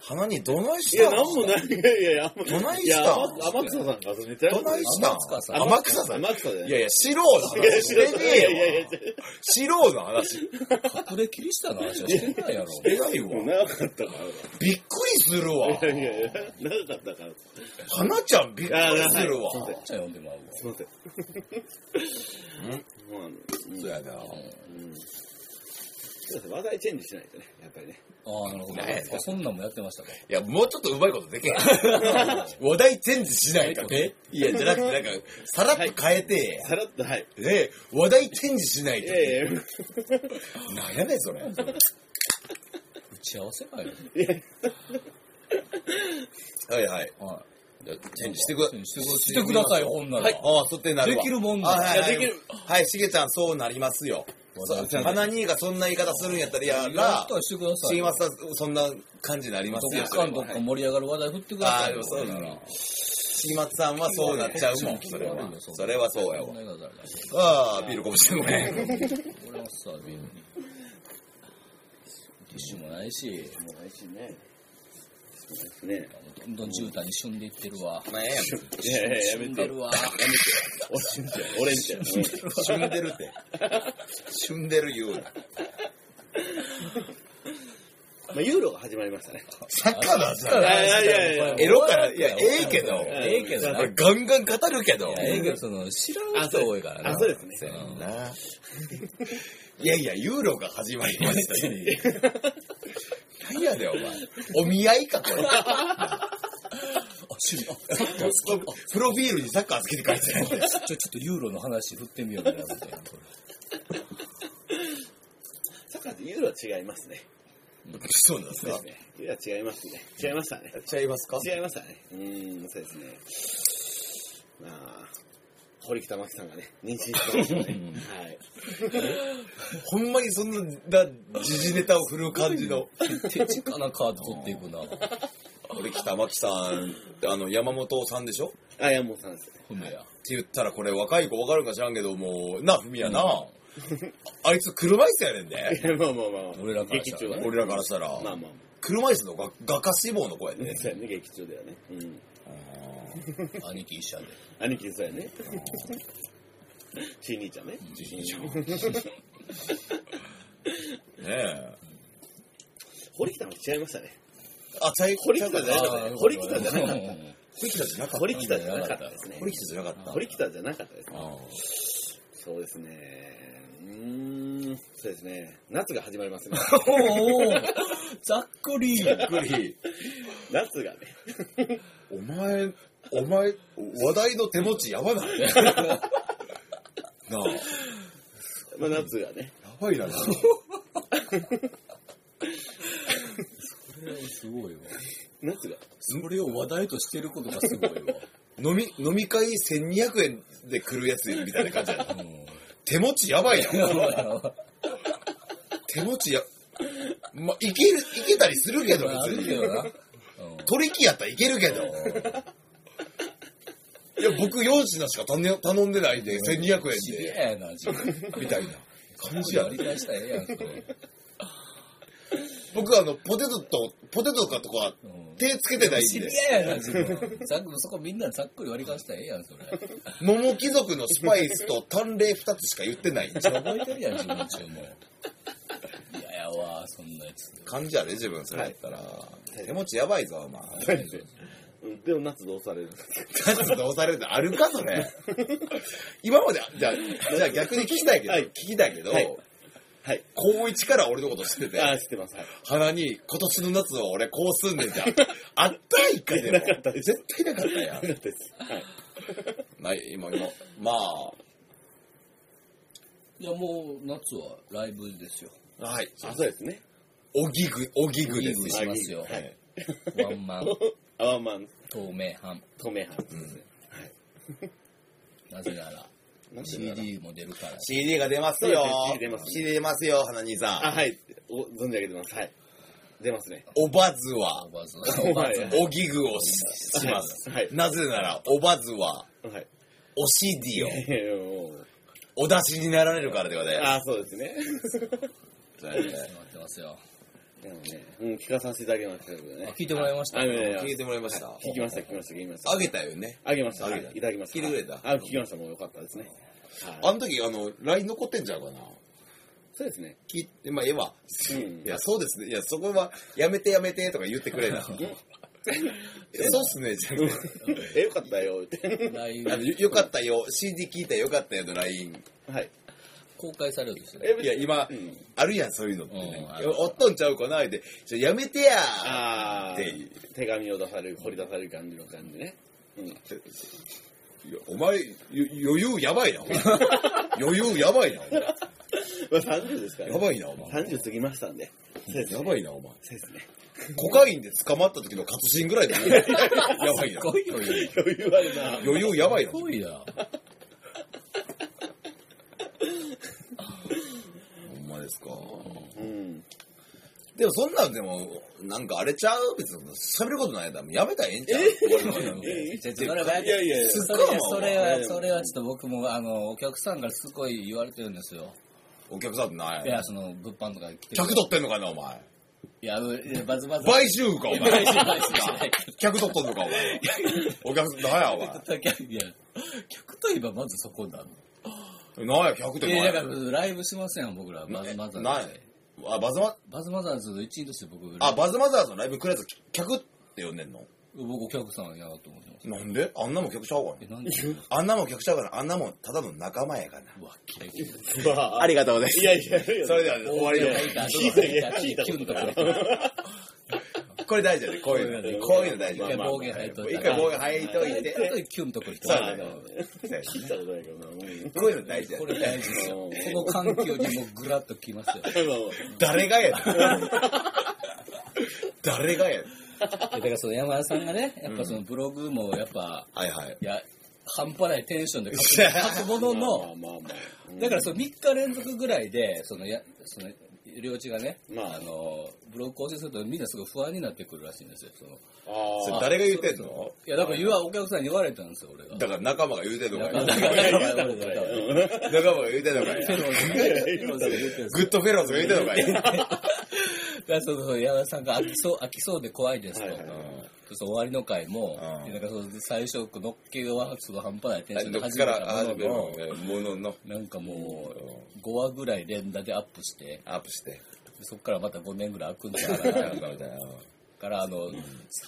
Speaker 3: 花にどない
Speaker 2: い
Speaker 3: し
Speaker 2: や、
Speaker 3: た
Speaker 2: なんもない。いやいやいや、
Speaker 3: どない
Speaker 2: い
Speaker 3: した
Speaker 2: や、天天草さんが遊んでた
Speaker 3: どないした
Speaker 4: 天草さん
Speaker 3: 天草さん。い
Speaker 2: 天草だよ。
Speaker 3: やいや、素人の
Speaker 2: いや
Speaker 3: 話してね
Speaker 2: いやいやい
Speaker 3: え
Speaker 2: や
Speaker 3: よ。素人の話し
Speaker 4: 隠れキリシタンの話はしてないやろ。
Speaker 3: てない
Speaker 2: もう
Speaker 3: わ。
Speaker 2: 長かったから
Speaker 3: びっくりするわ。
Speaker 2: だ。いやいやいや、長かったから。
Speaker 3: 花ちゃんびっくりするわ
Speaker 2: い。やいや
Speaker 4: じゃあ呼んでもらうわ。
Speaker 2: すいません。もうあの、
Speaker 3: そうやな。
Speaker 2: うん。そうですね話題チェンジしないとね、やっぱりね。
Speaker 4: ああ、なるほど
Speaker 3: ね。
Speaker 4: そんなんもやってましたか。
Speaker 3: いや、もうちょっとうまいこと できへん。話題チェンジしないか
Speaker 4: え
Speaker 3: ね。いや、じゃなくて、なんか、さらっと変えて
Speaker 2: さらっと、はい。
Speaker 3: え。ね話題チェンジしない
Speaker 2: い
Speaker 3: と。
Speaker 2: やいやいや、
Speaker 3: なんやねん、それ。
Speaker 4: 打ち合わせかよ。
Speaker 3: はいはい。
Speaker 4: は
Speaker 3: じゃあチェンジしてくだ
Speaker 4: チェンジしてくしてくださいほんなら
Speaker 3: はい。ああ、そうってなるわ。
Speaker 4: できるもんだ
Speaker 3: あはいはい
Speaker 2: いやできる
Speaker 3: はい、しげちゃん、そうなりますよ。
Speaker 4: そう
Speaker 3: 花兄がそんな言い方するんやったら、いや
Speaker 4: い。や
Speaker 3: ら
Speaker 4: っ、たらしてください
Speaker 3: し
Speaker 4: よ。
Speaker 3: まさん、そんな感じになりますよ。
Speaker 4: 特感とか盛り上がる話題振ってくだ
Speaker 3: ああ
Speaker 4: さい
Speaker 3: ー、で
Speaker 4: よ。
Speaker 3: もそうだな。しまさんはそうなっちゃうもん、それは。それはそうやわ。ああ、ビールこぼしてごめん。
Speaker 4: 俺はさ、ビールに。ティッシュもないし、
Speaker 2: もう来週ね。そうですね。
Speaker 4: どんどん絨毯に旬でいってるわ。
Speaker 3: ね
Speaker 2: いやいや、やめて
Speaker 4: 旬で
Speaker 2: よ。
Speaker 4: るわ。
Speaker 2: 俺んちゃん、俺んちゃん。
Speaker 3: え。しゅんでるって。しゅんでる言うな。
Speaker 2: まあ、ユーロが始まりましたね。
Speaker 3: サッカーだじ
Speaker 2: い
Speaker 3: ゃん。
Speaker 2: やいやいや
Speaker 3: エロから、いや、ええけど。
Speaker 4: ええけどな。い
Speaker 3: ガンガン語るけど。
Speaker 4: やええけど、その、知らん人多いからな。
Speaker 2: あ、そうですね。
Speaker 3: そうやんな。いやいや、ユーロが始まりましたよ。何やで、お前。お見合いか、これ。
Speaker 4: あ、知らん。
Speaker 3: プロフィールにサッカーつけて書いてる。
Speaker 4: ちょ、ちょっとユーロの話振ってみようかな、みたいな。
Speaker 2: サッカーとユーロは違いますね。
Speaker 3: そうなんで
Speaker 2: そ
Speaker 3: す
Speaker 2: うで
Speaker 3: か
Speaker 2: すね。ユーロは違いますね。違いましたね。
Speaker 3: 違いますか
Speaker 2: 違いましたね。うーん、そうですね。まあ、堀北真希さんがね、妊娠してましたね。はい。
Speaker 3: ほんまにそんな、時事ネタを振る感じ の。
Speaker 4: 手近なカード取っていくな。
Speaker 3: 俺、北巻さん、あの、山本さんでしょっ
Speaker 2: あ、山本さんですね。
Speaker 4: ほんや。
Speaker 3: て言ったら、これ若い子わかるか知らんけど、もう、な、ふみやな。ああいつ車椅子やねん で。
Speaker 2: いやまあまあまあまあ。
Speaker 4: 俺らから
Speaker 2: 劇
Speaker 4: した
Speaker 2: 中
Speaker 4: ら
Speaker 2: は
Speaker 4: ね
Speaker 2: ね。
Speaker 3: 俺らからしたら、
Speaker 2: まあまあま
Speaker 3: 車椅子のが画家志望の子や
Speaker 2: あ。
Speaker 3: ね。
Speaker 2: そうやね、劇中だよね。うん。
Speaker 4: 兄貴医者で。
Speaker 2: 兄貴そうやね。し兄ちゃんね。
Speaker 4: しんちゃ
Speaker 3: ねえ。
Speaker 2: 堀北真希違いましたね。
Speaker 3: あ、ちゃい、
Speaker 2: 堀北じゃなかった。堀北じゃなかっ
Speaker 3: 堀北じゃなか
Speaker 2: た。
Speaker 3: った。
Speaker 2: 堀北じゃなかったですね。
Speaker 3: 堀北じゃなかった。
Speaker 2: 堀北じゃなかったですね。
Speaker 3: あ
Speaker 2: そうですね。うーん、そうですね。夏が始まりますね。
Speaker 4: おおざっくり。
Speaker 3: あ。ゆっくり。
Speaker 2: 夏がね。
Speaker 3: お前、お前、話題の手持ちやばないなあ、
Speaker 2: まあ夏がね。
Speaker 3: やばいな。
Speaker 4: すごいわ。
Speaker 2: 夏が。
Speaker 4: それを話題としてることがすごいわ。
Speaker 3: 飲み、飲み会1200円で来るやつみたいな感じやな。
Speaker 4: うん。
Speaker 3: 手持ちやばいな。手持ちや、まあ、いける、いけたりするけど、
Speaker 4: まああ
Speaker 3: 別
Speaker 4: るけ
Speaker 3: に。
Speaker 4: どな。うん
Speaker 3: 取り木やったらいけるけど。いや、僕4品しか頼んで頼んでないんで、1200円
Speaker 4: シビ
Speaker 3: で、
Speaker 4: アやな、自分。
Speaker 3: みたいな感じや
Speaker 4: や
Speaker 3: ね
Speaker 4: り返したらええやん、それ。
Speaker 3: 僕あの、ポテトと、ポテトかとか
Speaker 4: うん
Speaker 3: 手つけてないん
Speaker 4: シビ
Speaker 3: で。
Speaker 4: アやな、自分。ざっくり、そこみんなざっくり割り返したらええやん、それ。
Speaker 3: 桃貴族のスパイスと淡麗2つしか言ってない
Speaker 4: 覚えてるやん、自分中も。いややわ、そんなやつ。
Speaker 3: 感じやで自分それやったら、手持ちやばいぞお前
Speaker 2: うんでも夏どうされる
Speaker 3: だってどうされるってあるかそれ今までじゃあじゃあ逆に聞きたいけど、
Speaker 2: はい
Speaker 3: 聞きたいけど、
Speaker 2: はいはい。
Speaker 3: 高1から俺のこと知って
Speaker 2: ああ、
Speaker 3: て
Speaker 2: 知ってます。はい。
Speaker 3: 鼻に今年の夏は俺こうすん ねんじゃんあった一回でも
Speaker 2: なかったです
Speaker 3: 絶対なかったや
Speaker 2: な
Speaker 3: ん
Speaker 2: かったです。はい。
Speaker 3: ない今今ま
Speaker 4: いや、もう、夏はライブですよ。
Speaker 3: あはい
Speaker 2: あ、そうですね。
Speaker 3: おぎぐおぎぐで
Speaker 4: おぎぐ
Speaker 3: す
Speaker 4: しますよ
Speaker 3: はい
Speaker 4: ワンマン、
Speaker 2: アワーマン、
Speaker 4: 透明版。
Speaker 2: 透明版。
Speaker 3: うん
Speaker 4: なぜなら、
Speaker 2: なんていうのかな
Speaker 4: CD も出るから。
Speaker 3: CD が出ますよ
Speaker 2: そうですね CD 出ます
Speaker 3: CD 出ますよ花兄さん
Speaker 2: あ、はい。お存じ上げてます。はい。出ますね。
Speaker 3: おばずは
Speaker 4: お、ばず。
Speaker 2: おばず
Speaker 3: おぎぐをしします。
Speaker 2: はい。
Speaker 3: なぜなら、おばずは、
Speaker 2: はい。
Speaker 3: おしディを、
Speaker 2: えー もう
Speaker 3: お出しになられるからではね。
Speaker 2: ああ、そうですね。
Speaker 4: だいぶ待ってますよ。
Speaker 2: でもね、うん、聞かさせてあげましたけど
Speaker 4: あ
Speaker 2: ね。
Speaker 4: 聞いてもらいました。
Speaker 2: あのね
Speaker 3: 聞いてもらいました。
Speaker 2: 聞きました、聞きました、聞きました。
Speaker 3: あげたよね。
Speaker 2: あげました。
Speaker 3: あ
Speaker 2: は
Speaker 3: げ
Speaker 2: い
Speaker 3: た
Speaker 2: いただきました。
Speaker 3: 聞いてくれた
Speaker 2: あ、聞きました。もうよかったですね。
Speaker 3: あ
Speaker 2: はい。
Speaker 3: の時、あの、LINE 残ってんちゃうかな。
Speaker 2: そうですね。
Speaker 3: 聞いて、まあ、ええわ。
Speaker 2: うん
Speaker 3: いや、そうですね。いや、そこは、やめてやめてとか言ってく れな。いやそうっすね、じゃなくて
Speaker 2: え、よかったよ、って。
Speaker 4: 来
Speaker 3: あのよよかったよ。CD 聞いたよかったよの LINE。
Speaker 2: はい。
Speaker 4: 公開されるんですよ。
Speaker 3: いや、今、
Speaker 2: うん
Speaker 3: あるやん、そういうのって
Speaker 4: う
Speaker 3: ね
Speaker 4: んあ。る
Speaker 3: おっとんちゃうかな、で、ちょやめてや
Speaker 2: あ
Speaker 3: っていう
Speaker 2: あ、手紙を出される、掘り出される感じの感じね。 うん。
Speaker 3: いやお前、よ余裕やばいな、お前余裕やばいな、お前
Speaker 2: まあ、30ですから
Speaker 3: や
Speaker 2: ね。
Speaker 3: ばいな、お前。
Speaker 2: 30過ぎましたんで。そうです
Speaker 3: や
Speaker 2: ね。
Speaker 3: ばいな、お前。
Speaker 2: そうですね。
Speaker 3: コカインで捕まった時の活心ぐらいだよ。やばいな。
Speaker 4: すごいよ
Speaker 2: 余裕あるな。
Speaker 3: 余裕やばいな。
Speaker 4: すごいな。
Speaker 3: ほんまですか。
Speaker 2: うん。
Speaker 3: でもそんなんでも、なんかあれちゃう別に喋ることないだもうやめたらええんちゃう
Speaker 2: え
Speaker 4: ちょちょそれはや
Speaker 2: い やいやいや
Speaker 4: それは、それ
Speaker 2: いや
Speaker 4: は、それはちょっと僕も、あの、お客さんからすごい言われてるんですよ。
Speaker 3: お客さんってない
Speaker 4: や、その、物販とか来て
Speaker 3: い。
Speaker 4: る
Speaker 3: 客取ってんのかな、お前。
Speaker 4: いや、いやバズバズ。
Speaker 3: 買収か、お前。
Speaker 4: 買収しない
Speaker 3: 客取っとんのか、お前。お客さん、なんや、お前。
Speaker 4: いや、客といえばまずそこだ
Speaker 3: なんや、客って
Speaker 4: い
Speaker 3: なん
Speaker 4: や、だ
Speaker 3: や
Speaker 4: か。らライブしませんよ、僕ら。バズマザー
Speaker 3: なな
Speaker 4: ズで。
Speaker 3: あ、バズマ、
Speaker 4: バズマザーズの一員として僕、
Speaker 3: あ、バズマザーズのライブ来るやつ、客って呼んでんの
Speaker 4: 僕お客さんやなと思ってます。
Speaker 3: なんであんなもん客ちゃうか
Speaker 4: え、
Speaker 3: な。
Speaker 4: なんで
Speaker 3: あんなもん客ちゃうかな。あんなもんただの仲間やからな。
Speaker 4: うわ、キラキラ。
Speaker 2: あ
Speaker 3: りがとうございま
Speaker 2: いやいやいや。
Speaker 3: それでは終わり
Speaker 4: よ
Speaker 3: よ。
Speaker 2: 聞いたいや聞いたことない
Speaker 3: これ大事だね。こういうの。こういうの大
Speaker 4: 一
Speaker 3: 事だ
Speaker 4: 回
Speaker 3: ね。
Speaker 4: 暴言吐いといて。
Speaker 3: 一回暴言吐いと
Speaker 4: ち
Speaker 3: い
Speaker 4: ょっと
Speaker 3: て。
Speaker 4: キュンとくる人
Speaker 3: そうだね。
Speaker 2: 聞いたことないけどな。うん
Speaker 3: こういうの大事だ
Speaker 4: これ
Speaker 3: ね。
Speaker 4: 大事ですよ。この環境にもうグラッときますよ。
Speaker 3: 誰がやねん 誰がやねん
Speaker 4: だからその山田さんがね、やっぱそのブログもやっぱ、
Speaker 3: はいはい。
Speaker 4: いや、半端ないテンションで書く書く
Speaker 2: まあ
Speaker 4: もの
Speaker 2: ま
Speaker 4: の
Speaker 2: あ、まあまあ
Speaker 4: だからその3日連続ぐらいで、そのや、その、領地がね、
Speaker 2: まあ
Speaker 4: あの、ブログ更新するとみんなすごい不安になってくるらしいんですよ。その
Speaker 3: そ
Speaker 2: あ
Speaker 3: れ
Speaker 2: あ。
Speaker 3: 誰が言ってんの
Speaker 4: いや、だから言わ、お客さんに言われたんですよ、俺が。
Speaker 3: だから仲間が言うてんのか
Speaker 4: だ
Speaker 3: い
Speaker 4: からだからだからだ から
Speaker 3: 仲間が言うてんのか い
Speaker 4: フェローズが言ってるんです
Speaker 3: グッドフェローズが言うてんのかい
Speaker 4: だからその矢田さんが飽きそう飽きそうで怖いですと、
Speaker 2: はいはいはい
Speaker 4: そうそう終わりの回も、
Speaker 3: うん
Speaker 4: なんかその最初のっけがその半端ないテンションで
Speaker 3: どっ
Speaker 4: 始
Speaker 3: か
Speaker 4: め
Speaker 3: ら
Speaker 4: た
Speaker 3: 始
Speaker 4: も
Speaker 3: める
Speaker 4: の
Speaker 3: の
Speaker 4: の
Speaker 3: ものの
Speaker 4: なんかもう5話ぐらい連打でアップして
Speaker 3: アップして。
Speaker 4: そこからまた5年ぐらい空くんだか
Speaker 3: み た
Speaker 4: ら
Speaker 3: いな
Speaker 4: からあの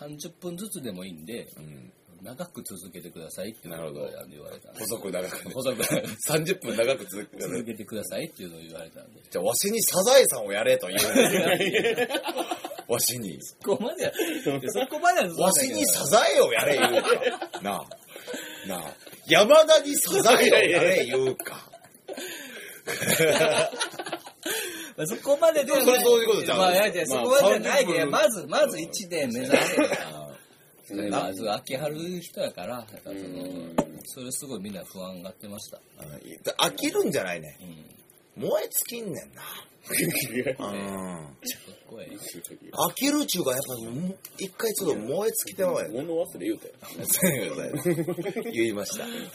Speaker 4: 30分ずつでもいいんで
Speaker 3: うん
Speaker 4: 長く続けてくださいっていう
Speaker 3: なるほど
Speaker 4: あの言われたんで
Speaker 3: 細く長く ね。
Speaker 4: 細く
Speaker 3: 30分長く続くから
Speaker 4: 続けてくださいっていうのを言われたんで
Speaker 3: じゃあ、わしにサザエさんをやれと言う。わしに。
Speaker 4: そこまではそこまではそうだけど
Speaker 3: わしにサザエをやれ言うか。 なあ。なあ。山田にサザエをやれ言うか。
Speaker 4: まあそこまでではない。
Speaker 3: それそういうことじゃん
Speaker 4: まあ、いやいや、そ
Speaker 2: まあ
Speaker 4: こまでじゃないけ
Speaker 3: 30
Speaker 4: ど、
Speaker 3: 分
Speaker 4: まず、まず1年目指
Speaker 2: う
Speaker 4: せ
Speaker 2: ん
Speaker 4: よ。まあ、そう秋春人やから、やっぱその
Speaker 2: うん
Speaker 4: それすごいみんな不安がってました。
Speaker 3: あの飽きるんじゃないね。
Speaker 4: うん。
Speaker 3: 燃え尽きんねんな。うん。
Speaker 4: ちょっとかっこええ
Speaker 3: 飽きるちゅうか、やっぱもう、一回ちょっと燃え尽きてまうやん。
Speaker 2: 物忘れ言うたよ。
Speaker 3: 言いました。うん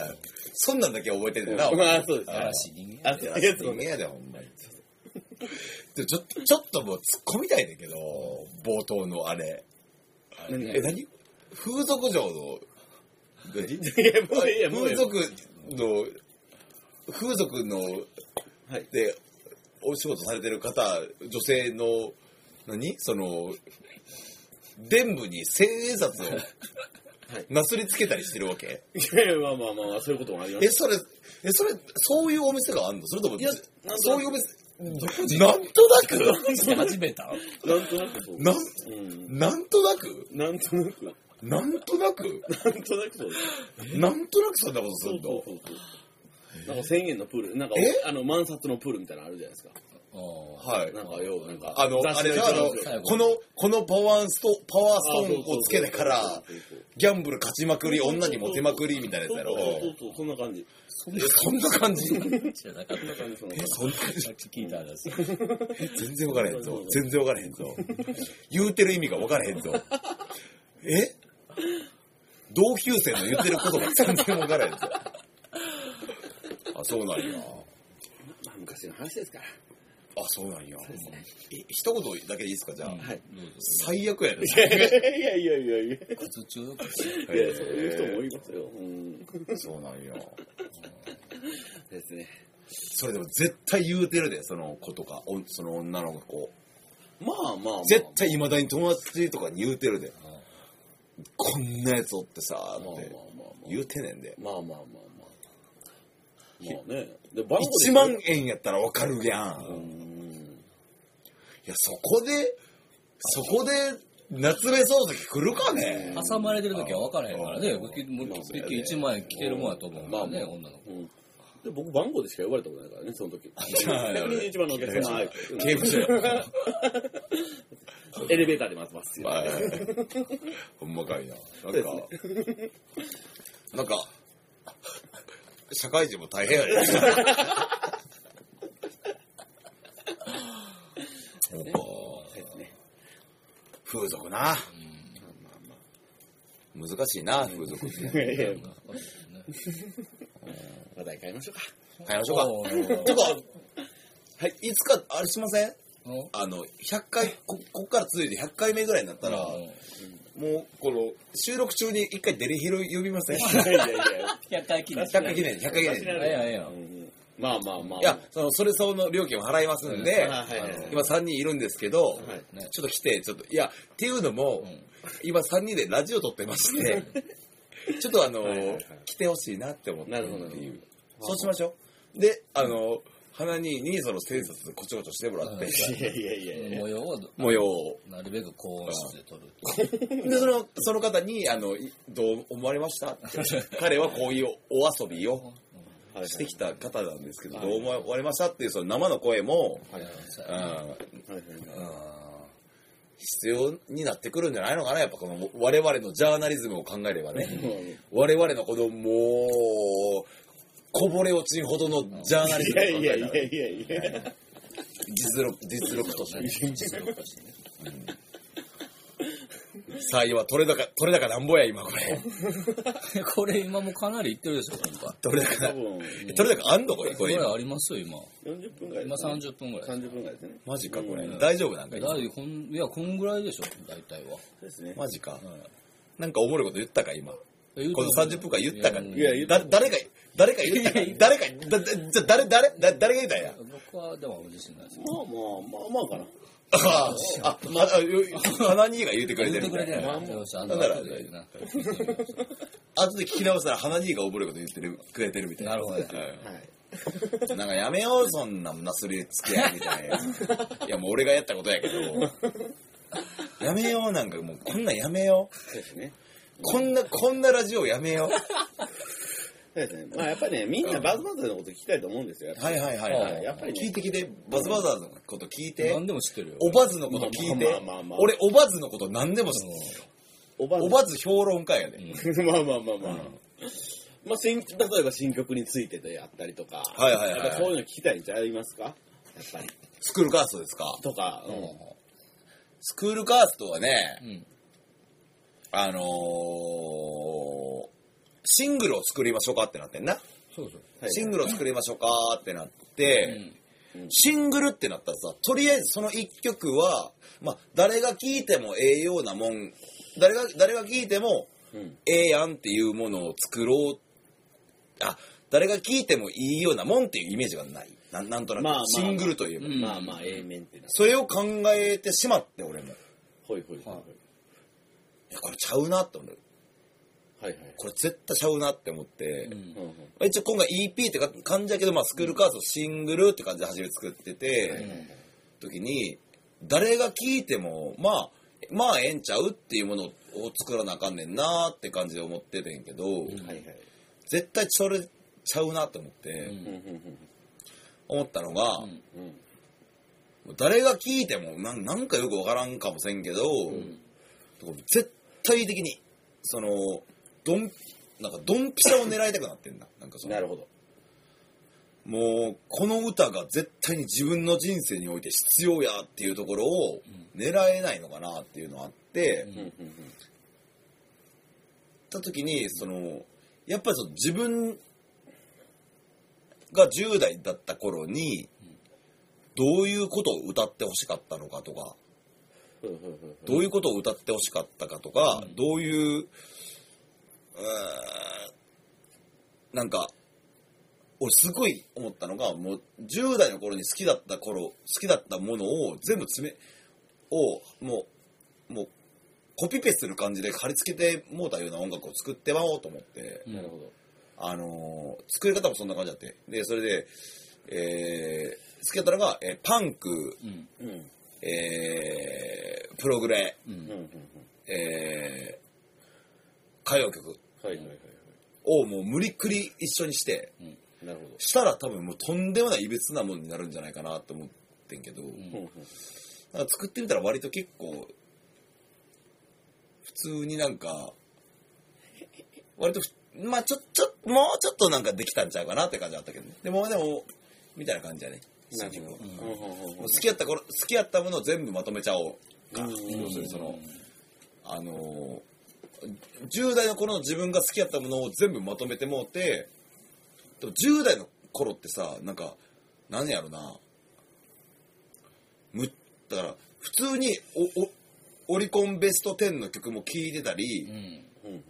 Speaker 3: そんなんだけ覚えてんねんな、お前
Speaker 2: まあ、そうです。
Speaker 4: 嵐人間
Speaker 2: あ、そうです
Speaker 3: 人間やで、ほんまに。でもちょっと、ちょっともう突っ込みたいんだけど、冒頭のあれ。
Speaker 4: あれね
Speaker 3: え、何風俗嬢の、何
Speaker 2: いや、もういいや、もうい
Speaker 3: 風
Speaker 2: いよ。
Speaker 3: 俗の、風俗の、
Speaker 2: はい
Speaker 3: で、お仕事されてる方、女性の、何その、伝部に千円 札を
Speaker 2: い
Speaker 3: なすりつけたりしてるわけ
Speaker 2: いやいやまあまあまあまあ、そういうこともありま
Speaker 3: え、
Speaker 2: す。
Speaker 3: それ、え、それ、そういうお店があんのそれとも
Speaker 2: いや、なんと
Speaker 3: そ
Speaker 2: なく
Speaker 3: ういうお店、なんとなく
Speaker 4: して始めた
Speaker 2: なんとなくそう。
Speaker 3: なん、
Speaker 2: うん。
Speaker 3: なんとなく
Speaker 2: なんとなく、
Speaker 3: なんとなく
Speaker 2: なんとなくそうです。
Speaker 3: なんとなくそんなことす
Speaker 2: そ
Speaker 3: る
Speaker 2: うそう
Speaker 3: の
Speaker 2: そうそう。なんか1000円のプール、なんか
Speaker 3: え
Speaker 2: あの満札のプールみたいなのあるじゃないですか。
Speaker 4: あ
Speaker 3: はい。
Speaker 2: なんか、よう、なんか、
Speaker 3: あの、あれでしょあの
Speaker 4: 雑誌の、
Speaker 3: この、このパワースト、パワー
Speaker 2: あ
Speaker 3: ストーンをつけてから、、ギャンブル勝ちまくり、女にモテまくりみたいなやつやろ。
Speaker 2: そうそうそう、そんな感じ。
Speaker 3: えそんな感じえ
Speaker 4: 知らなかっ
Speaker 2: そんな感じ、そんな感じ。
Speaker 3: そんな感
Speaker 4: た。
Speaker 3: じ
Speaker 4: さっき聞いた話。
Speaker 3: 全然分からへんぞ。全然分からへんぞ。言うてる意味が分からへんぞ。え同級生の言ってることが全然分からへんぞ。あ、そうなんや。
Speaker 2: まあ、昔の話ですから。
Speaker 3: あ、そうなんや。え一言だけでいいですか、じゃあ。
Speaker 4: うん
Speaker 2: はい。
Speaker 4: どうぞ
Speaker 3: 最悪やで。
Speaker 2: いやいやいやいやい
Speaker 4: 靴中毒
Speaker 2: や。いや、そういう人もいますよ。うん。
Speaker 3: そうなんや。
Speaker 2: ですね。
Speaker 3: それでも絶対言うてるで、その子とか、おその女の子。
Speaker 2: まあまあまあ。
Speaker 3: 絶対未だに友達とかに言うてるで。
Speaker 4: ああ
Speaker 3: こんなやつおってさ、
Speaker 2: まあまあ
Speaker 3: っ
Speaker 2: まあ
Speaker 3: て
Speaker 2: まあ。
Speaker 3: 言うてんねんで。
Speaker 2: まあまあまあまあ。まあね。で、番号で
Speaker 3: 1万円やったらわかるやん。
Speaker 2: う
Speaker 3: い
Speaker 2: ん。
Speaker 3: や、そこで、そこで、夏目漱石来るかね
Speaker 4: 挟まれてる時は分からへんからね。
Speaker 3: うん
Speaker 4: 僕結局
Speaker 2: まあそうやね
Speaker 4: 1万円着てるもんやと思うから
Speaker 2: ま
Speaker 4: ね、
Speaker 2: あまあ
Speaker 4: 女の子。
Speaker 2: うん。で、僕、番号でしか呼ばれたことないからね、その時。
Speaker 3: ゃあ
Speaker 2: 1番のお客様、はい
Speaker 3: 刑務所や。
Speaker 2: エレベーターで待ってます。
Speaker 3: まあほんまかいな。なんか、なんか、社会人も大変やね。そうか
Speaker 2: ですね。
Speaker 3: 風俗な。
Speaker 4: うん
Speaker 2: まあまあ
Speaker 3: 難しいな、風俗って。
Speaker 2: まあ。いやいや、
Speaker 4: そうですね
Speaker 2: 話題 変えましょうか。
Speaker 3: 変えましょうか。
Speaker 4: おー
Speaker 3: とか、はい、いつか、あれしません
Speaker 4: うん
Speaker 3: あの、100回、こ、こっから続いて100回目ぐらいになったら、
Speaker 4: うん
Speaker 3: もう、この、収録中に一回デリヒロ呼びません ?100
Speaker 2: いやいやいや。
Speaker 4: 100回記念。
Speaker 3: 回記念、100回記念。
Speaker 4: ええやんええやん
Speaker 2: まあまあまあ。
Speaker 3: いや、その、それ相応の料金を払いますんで、
Speaker 2: うんはいはいはい
Speaker 3: あの今3人いるんですけど、
Speaker 2: はい
Speaker 4: ね
Speaker 3: ちょっと来て、ちょっと、いや、っていうのも、
Speaker 4: うん
Speaker 3: 今3人でラジオ撮って まして、ちょっとあの、
Speaker 2: はいはいはい
Speaker 3: 来てほしいなって思って
Speaker 2: なるほど
Speaker 3: って
Speaker 2: な
Speaker 3: いう
Speaker 2: る。ほど
Speaker 3: そうしましょう。で、あの、花に、にその生殺こちょこちょしてもらって、
Speaker 2: いやいやいやいや。
Speaker 4: 模様を
Speaker 3: 模様を。
Speaker 4: なるべく高音質で撮る。
Speaker 3: で、その、その方に、あの、いどう思われましたって彼はこういうお遊びをしてきた方なんですけど、
Speaker 2: はい
Speaker 3: どう思われましたっていう、その生の声も、
Speaker 2: はいは
Speaker 3: う
Speaker 4: うん
Speaker 3: ん、
Speaker 2: い
Speaker 3: 必要になってくるんじゃないのかなやっぱこの我々のジャーナリズムを考えればね我々のこのもうこぼれ落ちんほどのジャーナリズ
Speaker 2: い
Speaker 3: ムを
Speaker 2: やい
Speaker 3: 考
Speaker 2: や
Speaker 3: え
Speaker 2: い
Speaker 3: たら
Speaker 2: やいやいや。
Speaker 3: 実力実力としてね
Speaker 4: 実力としてね
Speaker 3: 採用は取れ高取れ高なんぼや今これ
Speaker 4: これ今もかなりいってるでしょ、今回。
Speaker 3: 取れ高
Speaker 2: 多分、
Speaker 3: 取れ高あんのこれこ
Speaker 4: こ
Speaker 3: れ
Speaker 4: れ
Speaker 3: 今
Speaker 4: ありますよ、今。
Speaker 2: 40分ぐらい。
Speaker 4: 今30分ぐらい。
Speaker 2: 30分ぐらいですね。
Speaker 3: マジかこれ
Speaker 2: うん
Speaker 3: 大丈夫なんか
Speaker 4: え
Speaker 3: 今
Speaker 4: だいこんいや、こんぐらいでしょ、大体は。
Speaker 2: ですね。
Speaker 3: マジか
Speaker 4: うん
Speaker 3: なんかおもろいこと言ったか今
Speaker 4: え
Speaker 3: この30分間言ったか
Speaker 4: い
Speaker 2: いや言った
Speaker 3: だ誰が誰が言ったか誰がだだじゃあ誰誰だ誰が言ったんや
Speaker 4: 僕はでも自信ないですよ。
Speaker 2: まあまあ、まあまあかな。
Speaker 3: ああ、まあ、よ 花兄が言うてくれて
Speaker 4: 言っ
Speaker 3: る
Speaker 4: てく
Speaker 3: みた
Speaker 4: れ
Speaker 3: い
Speaker 4: てる
Speaker 3: な。
Speaker 4: よ。よし、あの後でな。
Speaker 3: 後で聞き直したら花兄が覚えること言ってるくれてるみたいな。
Speaker 4: なるほどね
Speaker 2: はい。
Speaker 3: ど。なんかやめよう、そんななすりつけ合いみたいな。いや、もう俺がやったことやけど。やめよう、なんかもうこんなんやめよう。
Speaker 2: そうですね。
Speaker 3: こんな、こんなラジオやめよう。
Speaker 2: そうですね。まあやっぱりね、みんなバズバズのこと聞きたいと思うんですよ。
Speaker 3: はいはいはいは
Speaker 2: あ
Speaker 3: い。
Speaker 2: やっぱりね
Speaker 3: 聞いてきて、バズバザーズのこと聞いて
Speaker 4: 何、でも知ってるよ。
Speaker 3: おばずのこと聞いて
Speaker 2: まあまあまあま、あ
Speaker 3: 俺おばずのこと何でも知ってる
Speaker 2: おば
Speaker 3: おばず評論家やで。
Speaker 2: まあまあまあまあ。まあ、新例えば新曲についてであったりとか、
Speaker 3: はいはいはい
Speaker 2: やっぱそういうの聞きたいんちゃいますかやっぱり。
Speaker 3: スクールカーストですか
Speaker 2: とか、うん
Speaker 3: スクールカーストはね
Speaker 4: う、ん。
Speaker 3: あのーシングルを作りましょうかってなってんな。
Speaker 4: そうそう。
Speaker 2: はい
Speaker 3: シングルを作りましょうかってなって、シングルってなったらさ、とりあえずその一曲は、まあ、誰が聴いてもええようなもん、誰が、誰が聴いても
Speaker 2: うん
Speaker 3: ええやんっていうものを作ろう、あ、誰が聴いてもいいようなもんっていうイメージがない。なんなんとなく、
Speaker 2: まあまあ
Speaker 3: シングルというもの、
Speaker 4: うん
Speaker 2: まあまあ、A 面ってな。
Speaker 3: それを考えてしまって、俺も。い
Speaker 2: ほいほいほい
Speaker 4: は
Speaker 3: や、これちゃうなって思う。
Speaker 2: ほい。はいはい。
Speaker 3: これ絶対ちゃうなって思って、
Speaker 4: うん
Speaker 2: うんうん
Speaker 3: まあ一応今回 EP ってか感じだけど、まあ、スクールカーストシングルって感じで初め作ってて、時に誰が聴いてもまあまあええんちゃうっていうものを作らなあかんねんなーって感じで思っててんけど、
Speaker 2: はいはい。
Speaker 3: 絶対それちゃうなと思って、
Speaker 4: うん
Speaker 2: うんうん
Speaker 3: 思ったのが、
Speaker 4: うん
Speaker 2: うんうん
Speaker 3: 誰が聞いてもなんなんかよくわからんかもせんけど、絶対的にそのドンなんかドンピシャを狙いたくなってんだなんかその
Speaker 2: なるほど。
Speaker 3: もうこの歌が絶対に自分の人生において必要やっていうところを狙えないのかなっていうのはあって、
Speaker 4: うん
Speaker 2: うんうん
Speaker 3: った時にそのやっぱりその自分が10代だった頃にどういうことを歌ってほしかったのかとか
Speaker 2: うんうんうんうん
Speaker 3: どういうことを歌ってほしかったかとか
Speaker 4: うん
Speaker 3: どういううーんなんか俺すごい思ったのがもう10代の頃に好きだった頃好きだったものを全部詰めをもうもうコピペする感じで貼り付けてもうたような音楽を作ってまおうと思って。
Speaker 2: なるほど。
Speaker 3: あのー作り方もそんな感じだって。で、それで、えー、好きだったのが、えーパンク、
Speaker 4: うん
Speaker 2: うんうん
Speaker 3: えー、プログレ、
Speaker 4: う
Speaker 2: うんうん
Speaker 4: ん
Speaker 3: えー、歌謡曲
Speaker 2: はいはいはいは
Speaker 3: をもう無理くり一緒にして、
Speaker 4: うん
Speaker 2: い。なるほど。
Speaker 3: したら多分もうとんでもないいびつなもんになるんじゃないかなと思ってんけど、
Speaker 4: ん
Speaker 2: うんうん
Speaker 3: なんか作ってみたら割と結構、普通になんか、割とふ、まあちょ、ちょ、もうちょっとなんかできたんちゃうかなって感じだったけどね。でも、でも、みたいな感じだね。
Speaker 2: なるほど。
Speaker 3: も
Speaker 4: ん
Speaker 2: うんうんうん
Speaker 3: う好きやった頃、好きやったものを全部まとめちゃおうか。
Speaker 2: うん
Speaker 3: 要するにその、あのー、10代の頃の自分が好きやったものを全部まとめてもうて、でも10代の頃ってさ、なんか、何やろな、む、だから、普通にお、お、オリコンベスト10の曲も聴いてたり、
Speaker 4: うん
Speaker 2: うんうん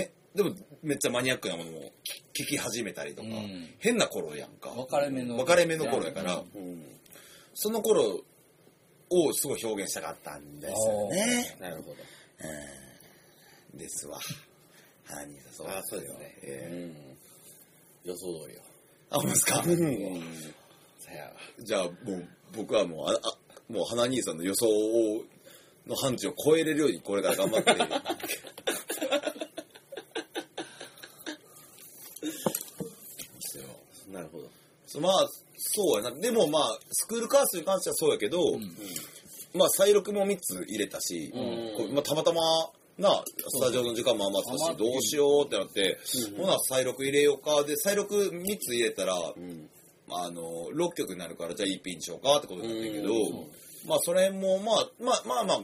Speaker 3: へでもめっちゃマニアックなものを聞き始めたりとか、
Speaker 4: うん
Speaker 3: 変な頃やんか
Speaker 4: 分かれ目の
Speaker 3: 分かれ目の頃やから、
Speaker 4: うん
Speaker 2: うん
Speaker 3: その頃をすごい表現したかったんですよね、
Speaker 2: なるほど。
Speaker 3: うんですわ花に誘わ
Speaker 2: あそうですね。
Speaker 3: え
Speaker 2: うん。予想通りよ。
Speaker 3: ーあほんまですか
Speaker 2: うん。さやわ。
Speaker 3: じゃあもう僕はもうああもう花兄さんの予想をの範疇を超えれるようにこれから頑張ってですよ
Speaker 2: なるほど。
Speaker 3: そうまあ、そうやな。でもまあ、スクールカースに関してはそうやけど、
Speaker 4: うん
Speaker 3: まあ、再録も3つ入れたし、
Speaker 2: うん
Speaker 3: こうまあ、たまたま、な、スタジオの時間も余った
Speaker 4: そうそ
Speaker 3: し、
Speaker 4: う
Speaker 3: どうしようってなって、
Speaker 2: うん
Speaker 3: ほな、再録入れようか。で、再録3つ入れたら、
Speaker 2: うん。
Speaker 3: まあ、あの、6曲になるから、じゃあ EP にしようかってことになってんけど
Speaker 2: うんそ、
Speaker 3: まあ、それも、まあ、まあまあまあ、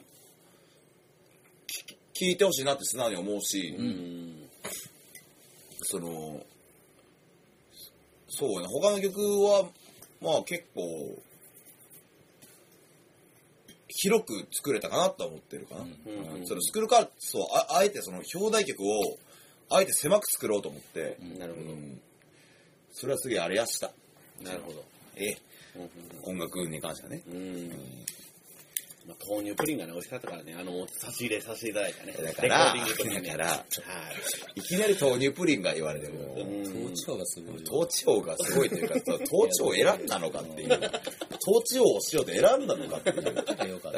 Speaker 3: 聞聞いてほしいなって素直に思うし、
Speaker 2: うん。
Speaker 3: そのそうやな他の曲はまあ結構広く作れたかなとは思ってるかな、
Speaker 4: うん
Speaker 2: うんうん
Speaker 3: そのスクールカーツをああえてその表題曲をあえて狭く作ろうと思って、
Speaker 2: なるほ
Speaker 3: う
Speaker 2: ど。
Speaker 3: んそれはすげえあれやした
Speaker 2: なるほど。
Speaker 3: ええ
Speaker 2: う
Speaker 3: 音楽に関してはね、
Speaker 2: ん。うん。まあ、豆乳プリンがね、美味しかったからね、あの、差し入れさせていただいたね。
Speaker 3: だから
Speaker 2: レコーディングとにね
Speaker 3: だから
Speaker 2: はい。
Speaker 3: いきなり豆乳プリンが言われても、
Speaker 2: うん
Speaker 4: 頭頂がすごいよ
Speaker 3: 統治王がすごいというか、 その統治王を選んだのかっていう、統治王をしようと選んだのかっていう。
Speaker 4: よかったけど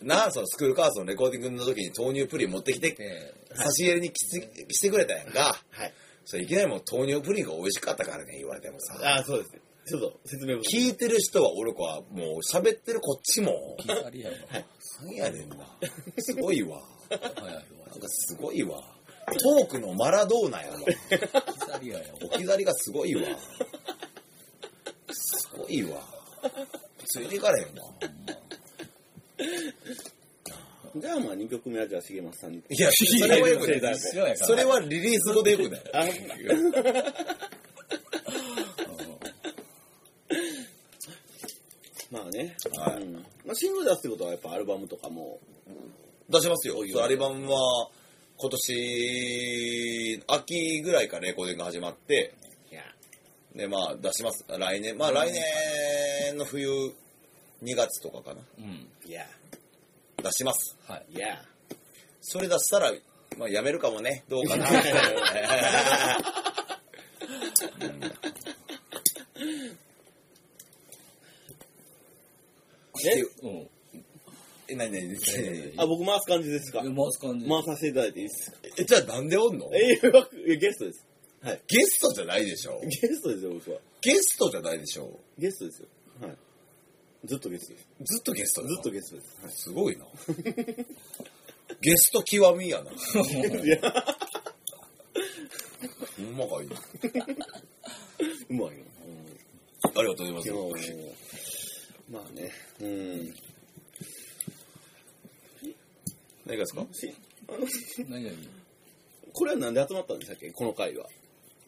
Speaker 4: な
Speaker 3: なあ、そのスクールカースのレコーディングの時に豆乳プリン持ってきて、
Speaker 4: で
Speaker 3: 差し入れに来て来てくれたやんか。
Speaker 2: はい。
Speaker 3: それいきなりもう豆乳プリンが美味しかったからね、言われてもさ。
Speaker 2: ああ、そうですね。ちょっと説明を。
Speaker 3: 聞いてる人は俺子はもう喋ってるこっちも、
Speaker 4: 気張りやわ
Speaker 3: なんやねんな。すごいわ。
Speaker 4: 早いわ
Speaker 3: なんかすごいわ。トークのマラドーナやわ。
Speaker 4: 気張りやよ
Speaker 3: 置き去りがすごいわ。すごいわ。ついていかれへんわ。
Speaker 2: じゃあまあ2曲 目はじゃあ重松さんに。
Speaker 3: いや、それはよく
Speaker 2: いやいやい
Speaker 3: ない。
Speaker 2: や
Speaker 4: 一緒やから
Speaker 3: それはリリース後でよくない。
Speaker 2: あまあね。
Speaker 3: はい
Speaker 2: うんまあシングル出すってことはやっぱアルバムとかも。
Speaker 3: 出します
Speaker 2: お
Speaker 3: よ
Speaker 2: いおい。
Speaker 3: そうアルバムは今年秋ぐらいからレコーディングが始まって、
Speaker 2: いや。
Speaker 3: で、まあ出します。来年、まあ来年の冬2月とかかな。
Speaker 4: うん
Speaker 2: いや。
Speaker 3: 出します。
Speaker 4: はい
Speaker 2: いや。
Speaker 3: それ出したら、まあやめるかもね。どうかな。
Speaker 2: え
Speaker 4: うん
Speaker 3: え、なになになに
Speaker 2: あ、僕回す感じですか
Speaker 4: で回す感じ
Speaker 2: 回させていただいていいですか
Speaker 3: え、じゃあなんでおんの
Speaker 2: えー僕いや、ゲストです。はい。
Speaker 3: ゲストじゃないでしょ。
Speaker 2: ゲストですよ、僕は。
Speaker 3: ゲストじゃないでしょ。
Speaker 2: ゲストですよ。はい。ずっとゲスです。
Speaker 3: ずっとゲストだな
Speaker 2: ずっとゲスです。はい
Speaker 3: すごいな。ゲスト極みやな。
Speaker 2: いや、
Speaker 3: ほんまかいな。
Speaker 2: うまいよ。
Speaker 3: ありがとうござい
Speaker 2: 今
Speaker 3: ま
Speaker 2: 日
Speaker 3: す。
Speaker 2: もまあね、うん。
Speaker 3: 何がですか
Speaker 2: し
Speaker 4: 何々
Speaker 2: これはなんで集まったんでしたっけこの回は。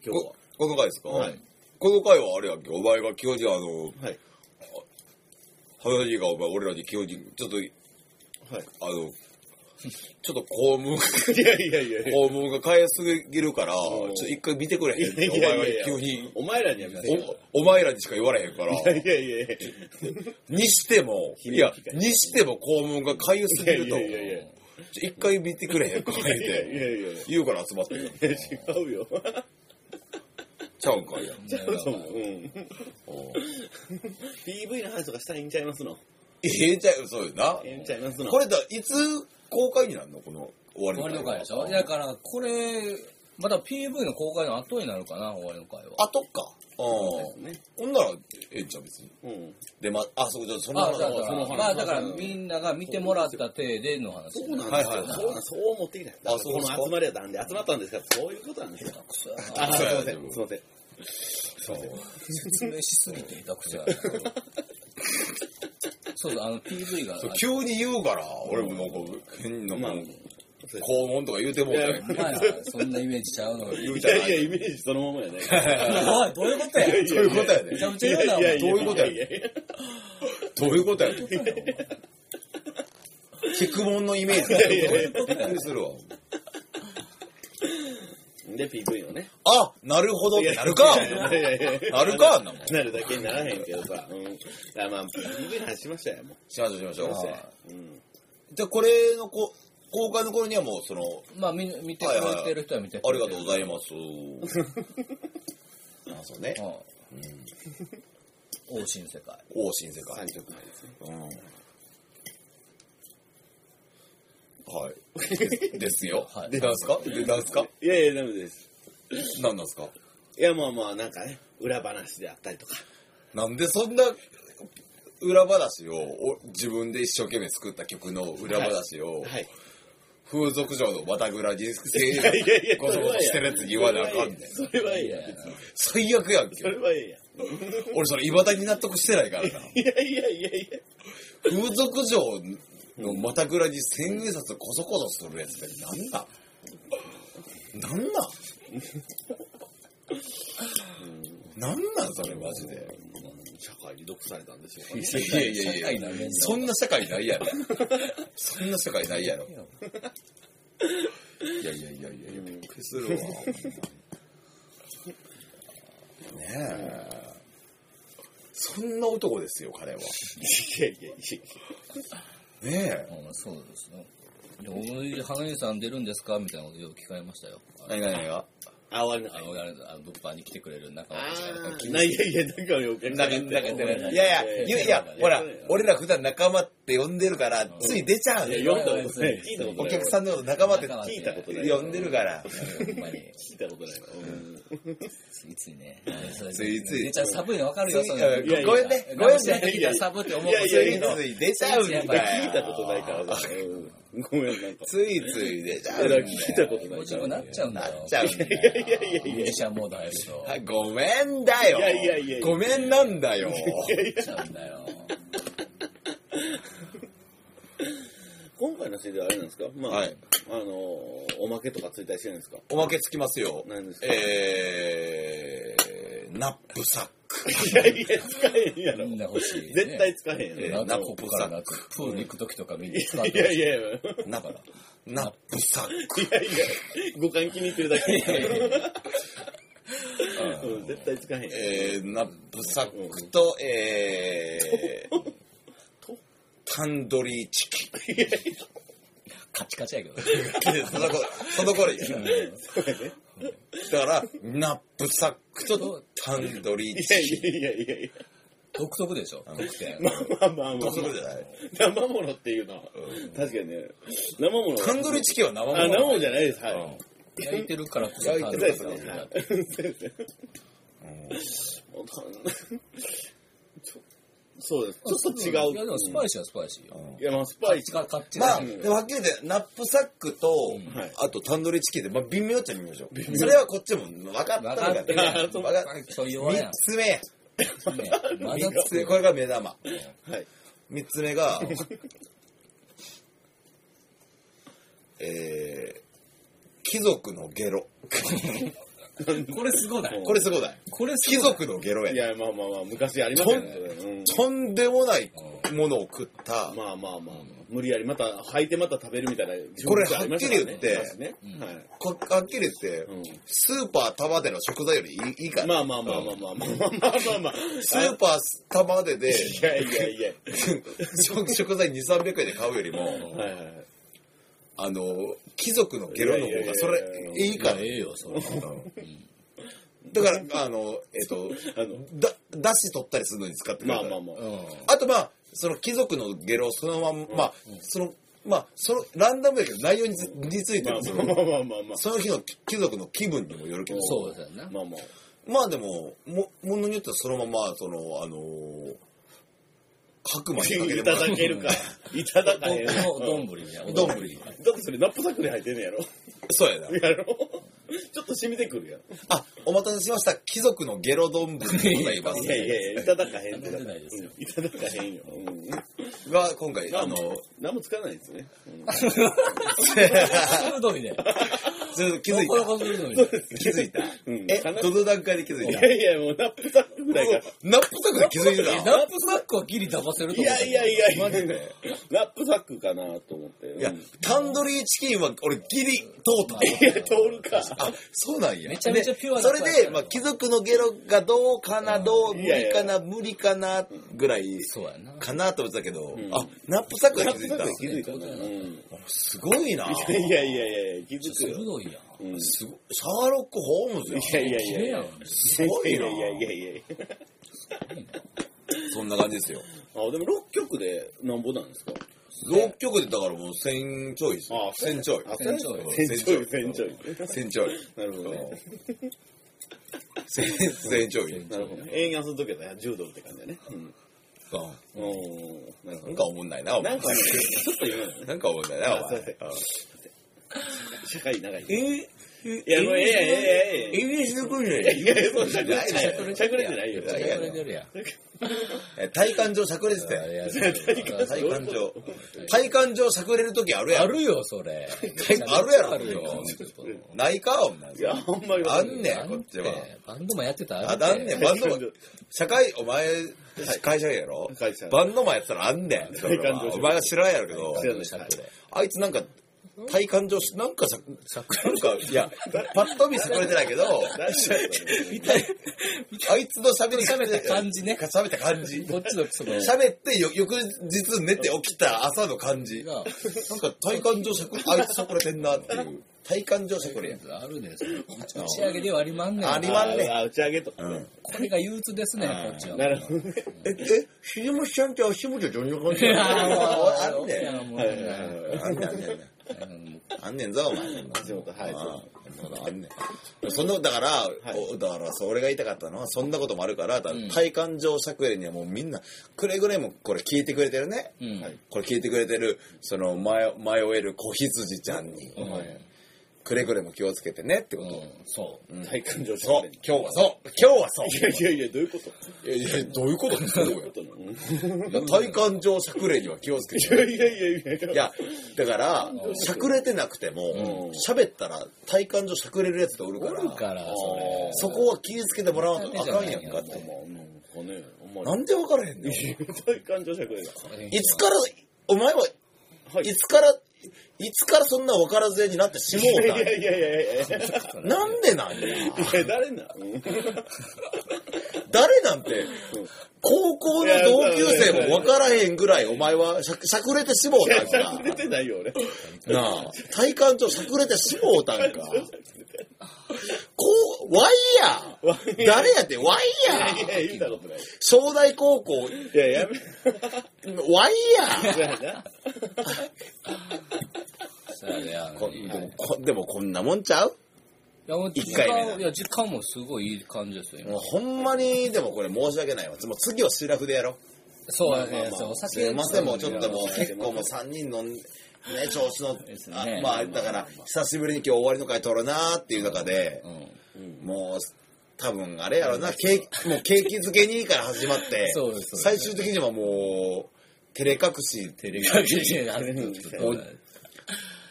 Speaker 2: 今日は
Speaker 3: こ。この回ですか、
Speaker 2: はい
Speaker 3: この回はあれやんけ。お前が今日じゃああの、
Speaker 2: はい。
Speaker 3: 花爺がお前俺らに今日に、ちょっと、
Speaker 2: はい。
Speaker 3: あ の、ちょっと公務、
Speaker 2: いやいやいやいや。
Speaker 3: 公務が変えすぎるから、ち
Speaker 2: お
Speaker 3: ょ
Speaker 2: う
Speaker 3: っと一回見てくれへんって。お
Speaker 2: いやいや
Speaker 3: 前
Speaker 2: いや
Speaker 3: が急に、
Speaker 2: お前らには見せない。
Speaker 3: おお前らにしか言われへんから。
Speaker 2: いやいやいや。
Speaker 3: にしても、
Speaker 2: ひね
Speaker 3: い
Speaker 2: り
Speaker 3: や
Speaker 2: 機、会
Speaker 3: にしても肛門がかゆすぎると
Speaker 2: いやいやいやいや、
Speaker 3: ちょ一回見てくれへんか言う
Speaker 2: いやいや
Speaker 3: て、
Speaker 2: いやいや。
Speaker 3: 言うから集まってる。
Speaker 2: 違うよ。
Speaker 3: ちゃうん かいや。
Speaker 4: じゃ
Speaker 2: そうそううん。
Speaker 3: おう
Speaker 2: PV の話とかしたらいいんちゃいますの
Speaker 3: ええちゃう、そうよな。
Speaker 2: ええんちゃいますの
Speaker 3: これだ、いつ公開になるのこの終
Speaker 4: 終
Speaker 3: わ
Speaker 4: わ
Speaker 3: り
Speaker 4: り
Speaker 3: の
Speaker 4: の
Speaker 3: 会
Speaker 4: 会でしょだから、これ、まだ PV の公開の後になるかな、終わりの会は。
Speaker 3: あとっか。うん
Speaker 2: そうですね
Speaker 3: ほんなら、ええんちゃう別に。
Speaker 2: うん。
Speaker 3: で、ま、あ、そう、じゃあその
Speaker 4: あ、
Speaker 3: 話
Speaker 4: だか
Speaker 2: その
Speaker 4: ら、
Speaker 2: 話
Speaker 4: まあだからみんなが見てもらった体での話。
Speaker 2: そうなんですよ。
Speaker 3: はいはいはい
Speaker 2: そうなんそう思ってきた。だから
Speaker 3: そう
Speaker 2: こ
Speaker 3: ですか
Speaker 2: の集まりはなんで集まったんですかそういうことなんですよ。
Speaker 4: あ
Speaker 2: あ、すいませ
Speaker 3: でも
Speaker 2: ん。すいません。
Speaker 3: そう
Speaker 4: 説明しすぎて下手くそやな。そうそう、あの PV が。
Speaker 3: そう急に言うから、俺もなんか、変な、
Speaker 2: まあ
Speaker 3: もう肛門とか言うてもうたやん
Speaker 4: まあ、そんなイメージちゃうの。
Speaker 3: 言う
Speaker 2: い
Speaker 3: じゃ
Speaker 2: や
Speaker 3: ないい。
Speaker 2: や、イメージそのままやね。
Speaker 4: おい、どういうことや
Speaker 2: いやい
Speaker 3: そういうことや
Speaker 4: め
Speaker 3: ね
Speaker 4: ち。ゃめちゃ嫌だ、お前。
Speaker 3: どういうことや
Speaker 2: いやいやいや
Speaker 3: どういうことやと。聞くもんのイメージだよ。びっくりするわ。
Speaker 2: で、PV のね。
Speaker 3: あ、なるほどってなるか。
Speaker 2: いやいやいやいや
Speaker 3: なるか、あんなもん。
Speaker 2: なるだけにならへんけどさ。うん。いや、まあ、PV の話しましたよ、も
Speaker 3: しましょう、しましょ
Speaker 2: う。
Speaker 3: う。
Speaker 2: うん。
Speaker 3: じゃあ、これのこ公開の頃にはもう、その、
Speaker 4: まあ、みんな見てくれてる人は見て
Speaker 3: あ
Speaker 4: くれ
Speaker 3: り
Speaker 4: てる。
Speaker 3: がとうござい ます。あ、そうね。
Speaker 4: うん王新世界。
Speaker 3: 王新世界
Speaker 2: 3。曲前ですね。
Speaker 3: うんはい。ですよ。
Speaker 4: はい
Speaker 3: で、なんすかで、なんすか
Speaker 2: いやいや、ダメです。
Speaker 3: なんなんすか
Speaker 2: いや、まあまあ、なんかね、裏話であったりとか。
Speaker 3: なんでそんな裏話をお自分で一生懸命作った曲の裏話を
Speaker 2: はい。
Speaker 3: 風俗嬢のまたぐらにせい
Speaker 2: いやいやいや、
Speaker 3: ごそごそしてるやつに言わなあかんねん
Speaker 2: それはいいや。
Speaker 3: 最悪やん
Speaker 2: そ
Speaker 3: け
Speaker 2: れはいいや。
Speaker 3: 俺それいまだに納得してないからない
Speaker 2: やいやいやいや。
Speaker 3: 風俗嬢のまたぐらに千円札こそこそするやつってなんだなんだなんなんそれマジで
Speaker 2: 社会に毒されたんでしょうかね。
Speaker 3: いやいやいや
Speaker 4: 社会な面
Speaker 3: そんな社会ないやろ。そんな社会ないやろ。いやいやいやいや、びっくりするわ。ねえ。そんな男ですよ、彼は。
Speaker 2: いやいやい
Speaker 3: ねえ。
Speaker 4: まあまあそうですね。で、お花江さん出るんですかみたいなことよく聞かれましたよ。あ
Speaker 3: 何が何が
Speaker 2: や。あ、終わ
Speaker 4: あ
Speaker 2: り
Speaker 4: の、やれあのドッパーに来てくれる仲間
Speaker 2: あ
Speaker 4: たちが
Speaker 2: あー。ないやいや、なんかよく
Speaker 3: なんか、なんか
Speaker 4: な、
Speaker 3: いやいや、いやいや、ほら、俺ら普段仲間って呼んでるから、つい出ちゃう
Speaker 2: いや、読
Speaker 3: よ。
Speaker 2: んだことない。聞いたこと
Speaker 3: お
Speaker 2: ない。
Speaker 3: 客さんのこと仲間って
Speaker 4: 仲間
Speaker 2: 聞いたことない。
Speaker 3: 呼んでるから。
Speaker 4: ほんまに
Speaker 2: 聞いたことない。
Speaker 4: ついついね。
Speaker 3: ついつい
Speaker 4: めっちゃ寒いの分かるよ、
Speaker 3: つい
Speaker 4: それ
Speaker 2: いやいや
Speaker 3: ごめんねごめんね
Speaker 4: いや、寒いって思う
Speaker 2: いやい
Speaker 3: つ
Speaker 2: や
Speaker 3: いつい出ちゃう
Speaker 2: い
Speaker 3: ん
Speaker 2: や
Speaker 3: だ
Speaker 2: 聞いた
Speaker 3: よ。
Speaker 2: ことないからさ。うんごめん、なんか。
Speaker 3: ついつい出ちゃうんだよ。
Speaker 2: 聞いたことない
Speaker 4: もち
Speaker 2: か
Speaker 4: ろんな
Speaker 2: ら
Speaker 4: っ。ちゃうんだ
Speaker 3: な
Speaker 4: よ。
Speaker 3: っちゃうんだよ。
Speaker 2: いやいやいやいや。
Speaker 4: ミュージシャンもだよ。な
Speaker 3: は
Speaker 4: っ
Speaker 3: いごめんだよ。
Speaker 2: いやいやいやいや
Speaker 3: ごめんなんだよ。
Speaker 4: ちゃうんだよ。
Speaker 2: 今回の CD はあれなんですかまあ、
Speaker 3: はい
Speaker 2: あのー、おまけとかついたりしてるんですか
Speaker 3: おまけつきますよ。
Speaker 2: 何ですか
Speaker 3: えー、ナップサック。
Speaker 2: いやいや、使えへんやろ
Speaker 4: みんな欲しいね。
Speaker 2: 絶対使えへん
Speaker 4: え
Speaker 2: や
Speaker 4: ー
Speaker 2: ろ。
Speaker 4: ナップからなく、プールに行く時とかみんな使っ
Speaker 2: いや
Speaker 4: て
Speaker 2: いやいや、い
Speaker 3: だから、ナップサック。
Speaker 2: やいや、五感気に入ってるだけ。うん絶対使えへんやろ。
Speaker 3: えー、ナップサックと、 えー、タンドリーチキン。
Speaker 4: カチカチやけど。
Speaker 3: その頃、その頃やだから、ナップサックとタンドリー
Speaker 2: い
Speaker 3: チキン。
Speaker 2: やいやいやいやいや。
Speaker 4: 独特でしょ、特典。
Speaker 2: まあまあまあま
Speaker 3: 独特
Speaker 2: あ。
Speaker 3: じゃない
Speaker 2: 生ものっていうのは、確かにね、生もの。
Speaker 3: タンドリーチキンは生も
Speaker 2: あ、
Speaker 3: の。
Speaker 2: 生ものじゃないです。はい。
Speaker 3: うん
Speaker 4: 焼いてるからこそ
Speaker 3: 焼いて
Speaker 2: そうで
Speaker 3: る
Speaker 2: す
Speaker 3: から
Speaker 2: ね。
Speaker 3: こ
Speaker 2: はい
Speaker 4: 食べる
Speaker 2: もうた そうです。ちょっと
Speaker 4: い
Speaker 2: 違
Speaker 4: や、
Speaker 2: う
Speaker 4: で。もスパイシーはスパイシーよ。
Speaker 2: いや、まあ、スパイス。
Speaker 4: か、かっち
Speaker 3: まあ、
Speaker 4: うん
Speaker 3: でもはっきり言って、ナップサックと、
Speaker 4: ん
Speaker 2: はい
Speaker 3: あとタンドリーチキンで、まあ、微妙っちゃ微妙でしょ。それはこっちも分かったのか
Speaker 4: 分
Speaker 2: かった
Speaker 3: 分かっ
Speaker 4: そう
Speaker 3: た
Speaker 4: 弱いや
Speaker 3: 3
Speaker 4: ん。
Speaker 3: つ目や。
Speaker 4: ねまだ
Speaker 3: 3つ目、これが目玉。
Speaker 2: はい。
Speaker 3: 3つ目が、えー、貴族のゲロ。
Speaker 4: これすごない。
Speaker 3: これすごない。
Speaker 4: これす
Speaker 3: 貴
Speaker 4: ごい
Speaker 3: 族のゲロ
Speaker 2: い
Speaker 3: や。
Speaker 2: や、まあまあまあ、昔ありましたよね。うん
Speaker 3: とんでもないものを食った、
Speaker 2: まあまあまあ、無理やりまた履いてまた食べるみたいな。
Speaker 3: これはっきり言って
Speaker 2: 昔ね
Speaker 4: うん
Speaker 2: はい
Speaker 3: こはっきり言って、
Speaker 2: う
Speaker 3: スーパー玉での食材よりいいいいか
Speaker 2: ん
Speaker 3: ら。
Speaker 2: まあまあまあまあまあまあまあまあまあまあ。
Speaker 3: スーパー玉で で、
Speaker 2: いやいやいや。
Speaker 3: 食食材2、300円で買うよりも、
Speaker 2: はいはいはい。
Speaker 3: あの、貴族のゲロの方が、そ
Speaker 2: いやいやいや
Speaker 3: れ、いいか
Speaker 4: いやええ
Speaker 3: ね。
Speaker 4: よ、それ。
Speaker 3: だから、あの、えっと、
Speaker 2: あの、
Speaker 3: だ、だし取ったりするのに使ってくだ
Speaker 2: ま
Speaker 3: さ
Speaker 2: あ
Speaker 3: い
Speaker 2: まあまあ。
Speaker 3: あとまあ、その貴族のゲロをそのまんま、まあ、その、まあ、その、ランダムやけど内容につについて
Speaker 2: まあ
Speaker 3: るそ
Speaker 2: まあま
Speaker 3: の、
Speaker 2: あまあまあまあ。
Speaker 3: その日の貴族の気分にもよるけど、
Speaker 4: そうだよな。
Speaker 2: まあまあ。
Speaker 3: まあでも、も、ものによってはそのまま、その、あのー、白馬にかけて
Speaker 2: い
Speaker 3: も
Speaker 2: た
Speaker 3: ら
Speaker 2: だ
Speaker 3: う
Speaker 2: けるか。いただかへん。
Speaker 4: どどん
Speaker 2: だ
Speaker 4: ぶりみたいな。
Speaker 3: どんぶり
Speaker 2: ってそれナップサックに入ってんねやろ。
Speaker 3: そうやな。
Speaker 2: やろちょっと染みてくるやん。
Speaker 3: あ、お待たせしました。貴族のゲロ丼でございます
Speaker 2: い。やいやいや、いただかへんって。
Speaker 4: なんでないですよ
Speaker 2: うんいただかへんよ。うん
Speaker 3: が、今回、あの、
Speaker 2: 何もつかないですね。うん
Speaker 4: 鋭いね。
Speaker 3: それ気づい
Speaker 4: これ
Speaker 3: た。
Speaker 4: こそ鋭いね。
Speaker 3: 気づいた。
Speaker 2: うん
Speaker 3: え、
Speaker 2: かな
Speaker 3: どの段階で気づい
Speaker 2: い
Speaker 3: た
Speaker 2: やいや、もうナップサックぐらいが。
Speaker 3: ナップサックで気づいてた。
Speaker 4: ラップサックはギリ騙せると思
Speaker 2: いやいやいやいや、ナップサックかなと思って。
Speaker 3: いや
Speaker 2: うん、
Speaker 3: タンドリーチキンは俺ギリ通った。
Speaker 2: いや、通るか。
Speaker 3: あ、そうなんや。
Speaker 4: めちゃめちゃピュアな
Speaker 3: でそれで、まあ、貴族のゲロがどうかな、どう、無
Speaker 2: いやい
Speaker 3: 理
Speaker 2: や
Speaker 3: かな、無理かな、ぐらい、
Speaker 4: そうやな。
Speaker 3: かなと思ってたけど
Speaker 2: ん、
Speaker 3: あ、ナップサック
Speaker 2: ナ
Speaker 3: で
Speaker 2: ップ
Speaker 3: 気づい
Speaker 2: サッ
Speaker 3: た
Speaker 2: ク。気づいたな。うん
Speaker 3: すごいな。
Speaker 2: いやいやいやいや、気づくよ。
Speaker 4: 鋭いやん。
Speaker 2: うんい
Speaker 3: すごい。シャーロック・ホームズ
Speaker 2: や
Speaker 3: や。
Speaker 2: いやい
Speaker 4: 綺
Speaker 2: や
Speaker 4: 麗
Speaker 2: い
Speaker 4: や
Speaker 2: や
Speaker 4: ん。。
Speaker 3: すごい
Speaker 2: い
Speaker 3: な
Speaker 2: や。いやいやいや
Speaker 3: そんな感じですよ。
Speaker 2: あ、でも6曲でなんぼなんですか
Speaker 3: 6曲でだからもう1000ちょいですよ。1000ちょい。
Speaker 4: 千ちょい
Speaker 2: 千ちょい、千ちょい。
Speaker 3: 1000ちょい。
Speaker 2: なるほどね。
Speaker 3: 1000ちょい。
Speaker 2: なるほどね。映画の時は柔道って感じだね。うん。
Speaker 3: うん
Speaker 2: おーなるほ
Speaker 3: なん
Speaker 2: ど
Speaker 3: かおもんないな、お前
Speaker 2: なんかね、ちょっと言うのね。
Speaker 3: なんかおもんないな、お
Speaker 2: あすいま
Speaker 3: 前
Speaker 2: せん。社会長い。
Speaker 3: え
Speaker 2: い
Speaker 3: い
Speaker 2: や、もうええやんええやんええやん
Speaker 3: イギリスの国
Speaker 2: いやいや、そうしゃくれてないよ。しゃくれてないよ。
Speaker 3: しゃく
Speaker 4: やられてるやん。
Speaker 3: 体感上しゃくれてたよ。体感上。体感上しゃくれる時あるや
Speaker 4: あ
Speaker 3: ん。
Speaker 4: るよ、それ。
Speaker 3: あるやろ
Speaker 4: あるよ。
Speaker 3: ないか、お前
Speaker 2: い。や、ほんまに。
Speaker 3: あんねん、こっちは。
Speaker 4: バンドもやってた
Speaker 3: あ、だんねん、バンドマン。社会、お前、会社やろ
Speaker 2: 会社
Speaker 3: バンドマンやってたらあんねん。それ
Speaker 2: 体感
Speaker 3: は
Speaker 2: 上
Speaker 3: お前は知らんやろけど、
Speaker 2: 知らん
Speaker 3: あいつなんか、体感上し、なんかしゃ、なんか、いや、パッと見しゃくれてない けど、
Speaker 2: 大丈
Speaker 3: あいつの喋り 喋った
Speaker 4: 感 じね
Speaker 3: 喋った感じ。
Speaker 4: こっちのその、
Speaker 3: 喋ってよ、翌日寝て起きた朝の感じ。な
Speaker 4: が、
Speaker 3: んか体感上しゃくれ、あいつしゃくれてんなっていう。体感上しゃくれやん。
Speaker 4: あるねん、それ打ち上げではありまんねん。
Speaker 3: ありまんねん
Speaker 2: あ、打ち上げとか
Speaker 3: う
Speaker 2: ね
Speaker 3: ん。
Speaker 4: これが憂鬱ですね、こっちは。
Speaker 2: なるほ どね。
Speaker 3: え、え、ひじもちゃんって足元どんな感じ
Speaker 4: い
Speaker 3: な
Speaker 4: や
Speaker 3: の あんねん。
Speaker 4: もう
Speaker 2: はいはいはいはい。
Speaker 3: あんねん、あんねん。あんねんぞ、お前。
Speaker 2: 橋本、はい。
Speaker 3: あ
Speaker 2: そ
Speaker 3: ああんねん。そんな、だから、おだから、そう俺が言いたかったのは、そんなこともあるから、だから体感上しゃくれにはもうみんな、くれぐれもこれ聞いてくれてるね。
Speaker 4: うん。
Speaker 3: これ聞いてくれてる、その、迷迷える子羊ちゃんに、くれぐれも気をつけてねってこと。
Speaker 4: そう
Speaker 2: 体感上
Speaker 3: うそう、今日はそう、今日はそう。
Speaker 2: いやいやいや、どういうこと
Speaker 3: いやいや、どういうことです
Speaker 2: どういうことなのうん
Speaker 3: 体感上しゃくれには気をつけて。
Speaker 2: いやいやいやいや。
Speaker 3: いや、だから、しゃくれてなくても
Speaker 2: うん、
Speaker 3: 喋ったら体感上しゃくれるやつとおる
Speaker 4: う。
Speaker 3: か
Speaker 4: お
Speaker 3: ら、
Speaker 4: るから、それ。
Speaker 3: そこは気をつけてもらわんとあかんやん
Speaker 2: ま
Speaker 3: か
Speaker 2: あ
Speaker 3: っ
Speaker 2: まあ
Speaker 3: て。
Speaker 2: まあね、お
Speaker 3: な
Speaker 2: 前。
Speaker 3: んで分からへんのい
Speaker 2: 体感上尺で。
Speaker 3: つから、お前は、
Speaker 2: はい
Speaker 3: つから、いつからそんな分からずになってしも
Speaker 2: いうや
Speaker 3: たんや
Speaker 2: いやいやいやいや。い
Speaker 3: なんでなんや。
Speaker 2: や、誰なの
Speaker 3: 誰なんて、高校の同級生も分からへんぐらいお前はしゃしゃくれてしもう
Speaker 2: い
Speaker 3: た
Speaker 2: や、
Speaker 3: ん
Speaker 2: しゃ
Speaker 3: か
Speaker 2: く。れてないよ、俺。
Speaker 3: なあ、体感上しゃくれてしもうたんか。こう、ワイヤ
Speaker 2: わ
Speaker 3: ー誰やって、ワイヤ
Speaker 2: い
Speaker 3: ー
Speaker 2: やいや、言うたことない。
Speaker 3: 正代高校、
Speaker 2: いや、やめ。
Speaker 3: ワイヤー
Speaker 2: そうやな。
Speaker 4: そうやね
Speaker 3: こでもこでもこんなもんちゃう
Speaker 4: いや、もう時
Speaker 3: 一回目
Speaker 4: 間
Speaker 3: だ
Speaker 4: を、いや、時間もすごいいい感じですよ、
Speaker 3: もうほんまに、でもこれ申し訳ないわ。もう次はシラフでやろ
Speaker 4: そうや
Speaker 2: まあま
Speaker 4: ね
Speaker 2: あまあ
Speaker 4: そうお
Speaker 3: すい
Speaker 4: 酒
Speaker 3: ません、もうちょっともう
Speaker 2: いや
Speaker 3: 結構もう3人のね、調子の、
Speaker 4: です
Speaker 3: あ
Speaker 4: ね
Speaker 3: まあだから、久しぶりに今日終わりの回撮るなーっていう中で
Speaker 4: う、ん
Speaker 3: もう、多分あれやろな、ケーキ、もうケーキ漬けにから始まって
Speaker 4: そうです、そうで
Speaker 3: 最終的にはもう、照れ隠し、
Speaker 4: テレビだけであれのちょっと
Speaker 3: もう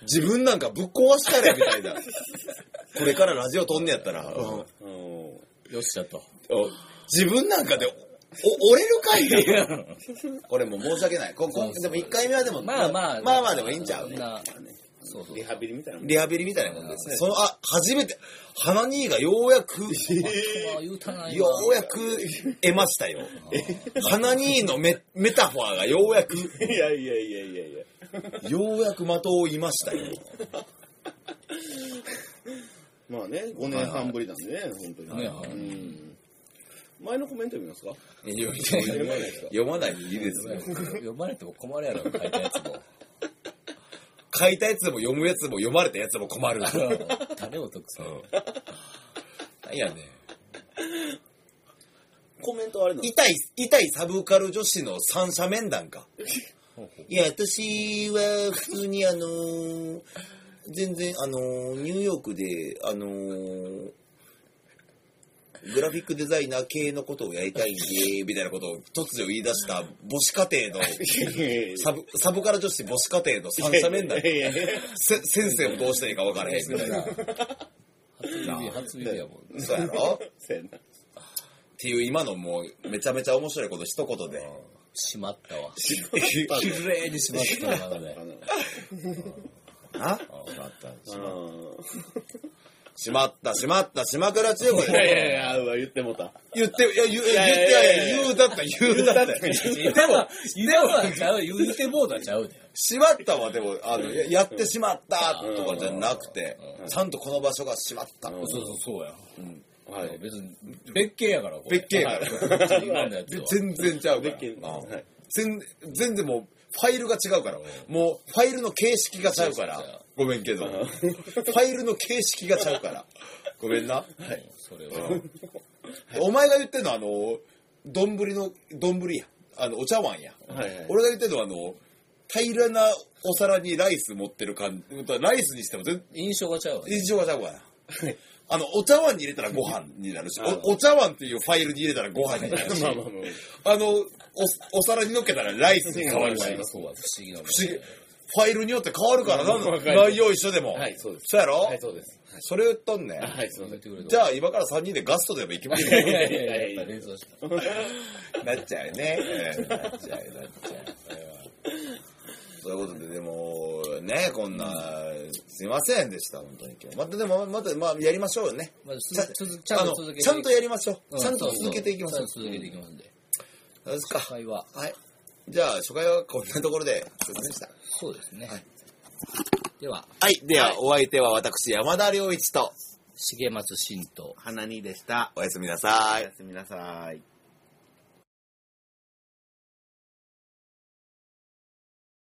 Speaker 3: 自分なんかぶっ壊したらみた いな。これからラジオ撮んねやったら、うん
Speaker 2: うん
Speaker 4: よっしゃと
Speaker 3: お自分なんかで、お折れるかいな。
Speaker 4: ま
Speaker 3: これもう申し訳ない。ここでも1回目はでも、
Speaker 4: あまあ
Speaker 3: まあまあでもいいんちゃう
Speaker 4: そなそうそう
Speaker 2: リハビリみたいなもん
Speaker 3: リハビリみたいなもんですね。その、あ、初めて、花兄がようや く、
Speaker 4: あ言うたない
Speaker 3: ようやく得ました よ。花兄のメメタファーがようやく、
Speaker 2: いやいやいやいやいや。
Speaker 3: ようやく的をいましたよ。
Speaker 2: まあね、5年半ぶりなんでね、本当に。
Speaker 4: はいはい
Speaker 2: うん前のコメント見ますか
Speaker 3: 読
Speaker 2: 読まないですか
Speaker 3: まないでいいですよ。
Speaker 4: 呼ばれても困るやろ書いたやつも
Speaker 3: 書いたやつも読むやつも読まれたやつも困 る。うん
Speaker 4: 誰を得する
Speaker 3: なんやね。
Speaker 2: コメントあれなの
Speaker 3: 痛い、痛いサブカル女子の三者面談か。いや、私は普通にあのー全然あのーニューヨークで、あのーグラフィックデザイナー系のことをやりたいんで、みたいなことを突如言い出した母子家庭の、サブ、サブカル女子母子家庭の三者面談
Speaker 2: い。やいやいやいや
Speaker 3: せ先生をどうしたらいいか分からへんみたい な。
Speaker 4: 初指初指やもん
Speaker 3: そうやろっ
Speaker 2: そうやな
Speaker 3: ていう今のもうめちゃめちゃ面白いこと一言で。
Speaker 4: しまったわ
Speaker 2: あ
Speaker 4: 綺麗にしまったわ中で
Speaker 3: あ
Speaker 4: あよかった
Speaker 3: しまった、しまった、しまくら中国
Speaker 2: いやいやいや、うわ、言ってもうた。
Speaker 3: 言って、いや、言う、言って、い
Speaker 2: いやいやいや
Speaker 3: や言うだった、言うだった。
Speaker 4: でもでもはちゃう言うてもうだちゃうで
Speaker 3: しまったは、でも、あの、ややってしまったとかじゃなくて、ちゃんとこの場所がしまった。
Speaker 2: うん
Speaker 4: そうそうそうや
Speaker 2: はい。
Speaker 4: 別に別件やからこれ
Speaker 3: 別件やから。
Speaker 4: 今のやつは
Speaker 3: 全然ちゃうから。
Speaker 2: 別件
Speaker 3: あ
Speaker 2: はい
Speaker 3: 全全然もう、ファイルが違うから。もう、ファイルの形式がちゃうから
Speaker 4: そうそう。
Speaker 3: ごめんけど。ファイルの形式がちゃうから。ごめんな。
Speaker 4: はいそれは
Speaker 3: お前が言ってんのは、あの、丼の、丼や。あの、お茶碗や。
Speaker 2: はいはい
Speaker 3: 俺が言ってんのは、あの、平らなお皿にライス持ってる感じ。ライスにしても全
Speaker 4: 印象がちゃうわ
Speaker 3: 印象がちゃうからな。あの、お茶碗に入れたらご飯になるし、
Speaker 2: うん
Speaker 3: おお茶碗っていうファイルに入れたらご飯になる し、
Speaker 2: まあまあまあ。
Speaker 3: あの、おお皿に乗っけたらライスに変わるし、不
Speaker 4: そうは不思議なもん
Speaker 3: 思議。ファイルによって変わるからな、
Speaker 2: うんわかる
Speaker 3: 内容一緒でも。
Speaker 2: はいそうです
Speaker 3: そうやろ、
Speaker 2: はい、そうです。
Speaker 3: それ言っとんねん。
Speaker 2: はい、すいません。
Speaker 3: じ
Speaker 4: ゃ
Speaker 3: ゃあ今から3人でガストでも行きましょ。
Speaker 4: いうやいやいやいややっぱ冷蔵し
Speaker 3: なっちゃうよね。なっちゃう、なっちゃう。ということで、でも、ね、こんな、すいませんでした、本当に今日。また、でも、また、まあ、やりましょうよね。
Speaker 4: まあ
Speaker 3: ちゃ
Speaker 4: 続続ちゃんと続けて
Speaker 3: ちゃんとやりましょ
Speaker 4: う
Speaker 3: う。ちゃんと
Speaker 4: そうそう
Speaker 3: 続けていきましょう。
Speaker 4: ちゃんと続けていきますんで
Speaker 3: そうですか。
Speaker 4: 会話
Speaker 3: はい。じゃあ、初回はこんなところで、すいませんでした。
Speaker 4: そうですねでは
Speaker 3: はい。では、お相手は私、山田良一と、
Speaker 4: 重松新と
Speaker 2: 花にでした。
Speaker 3: おやすみなさ
Speaker 2: お
Speaker 3: い
Speaker 2: や。すみなさい。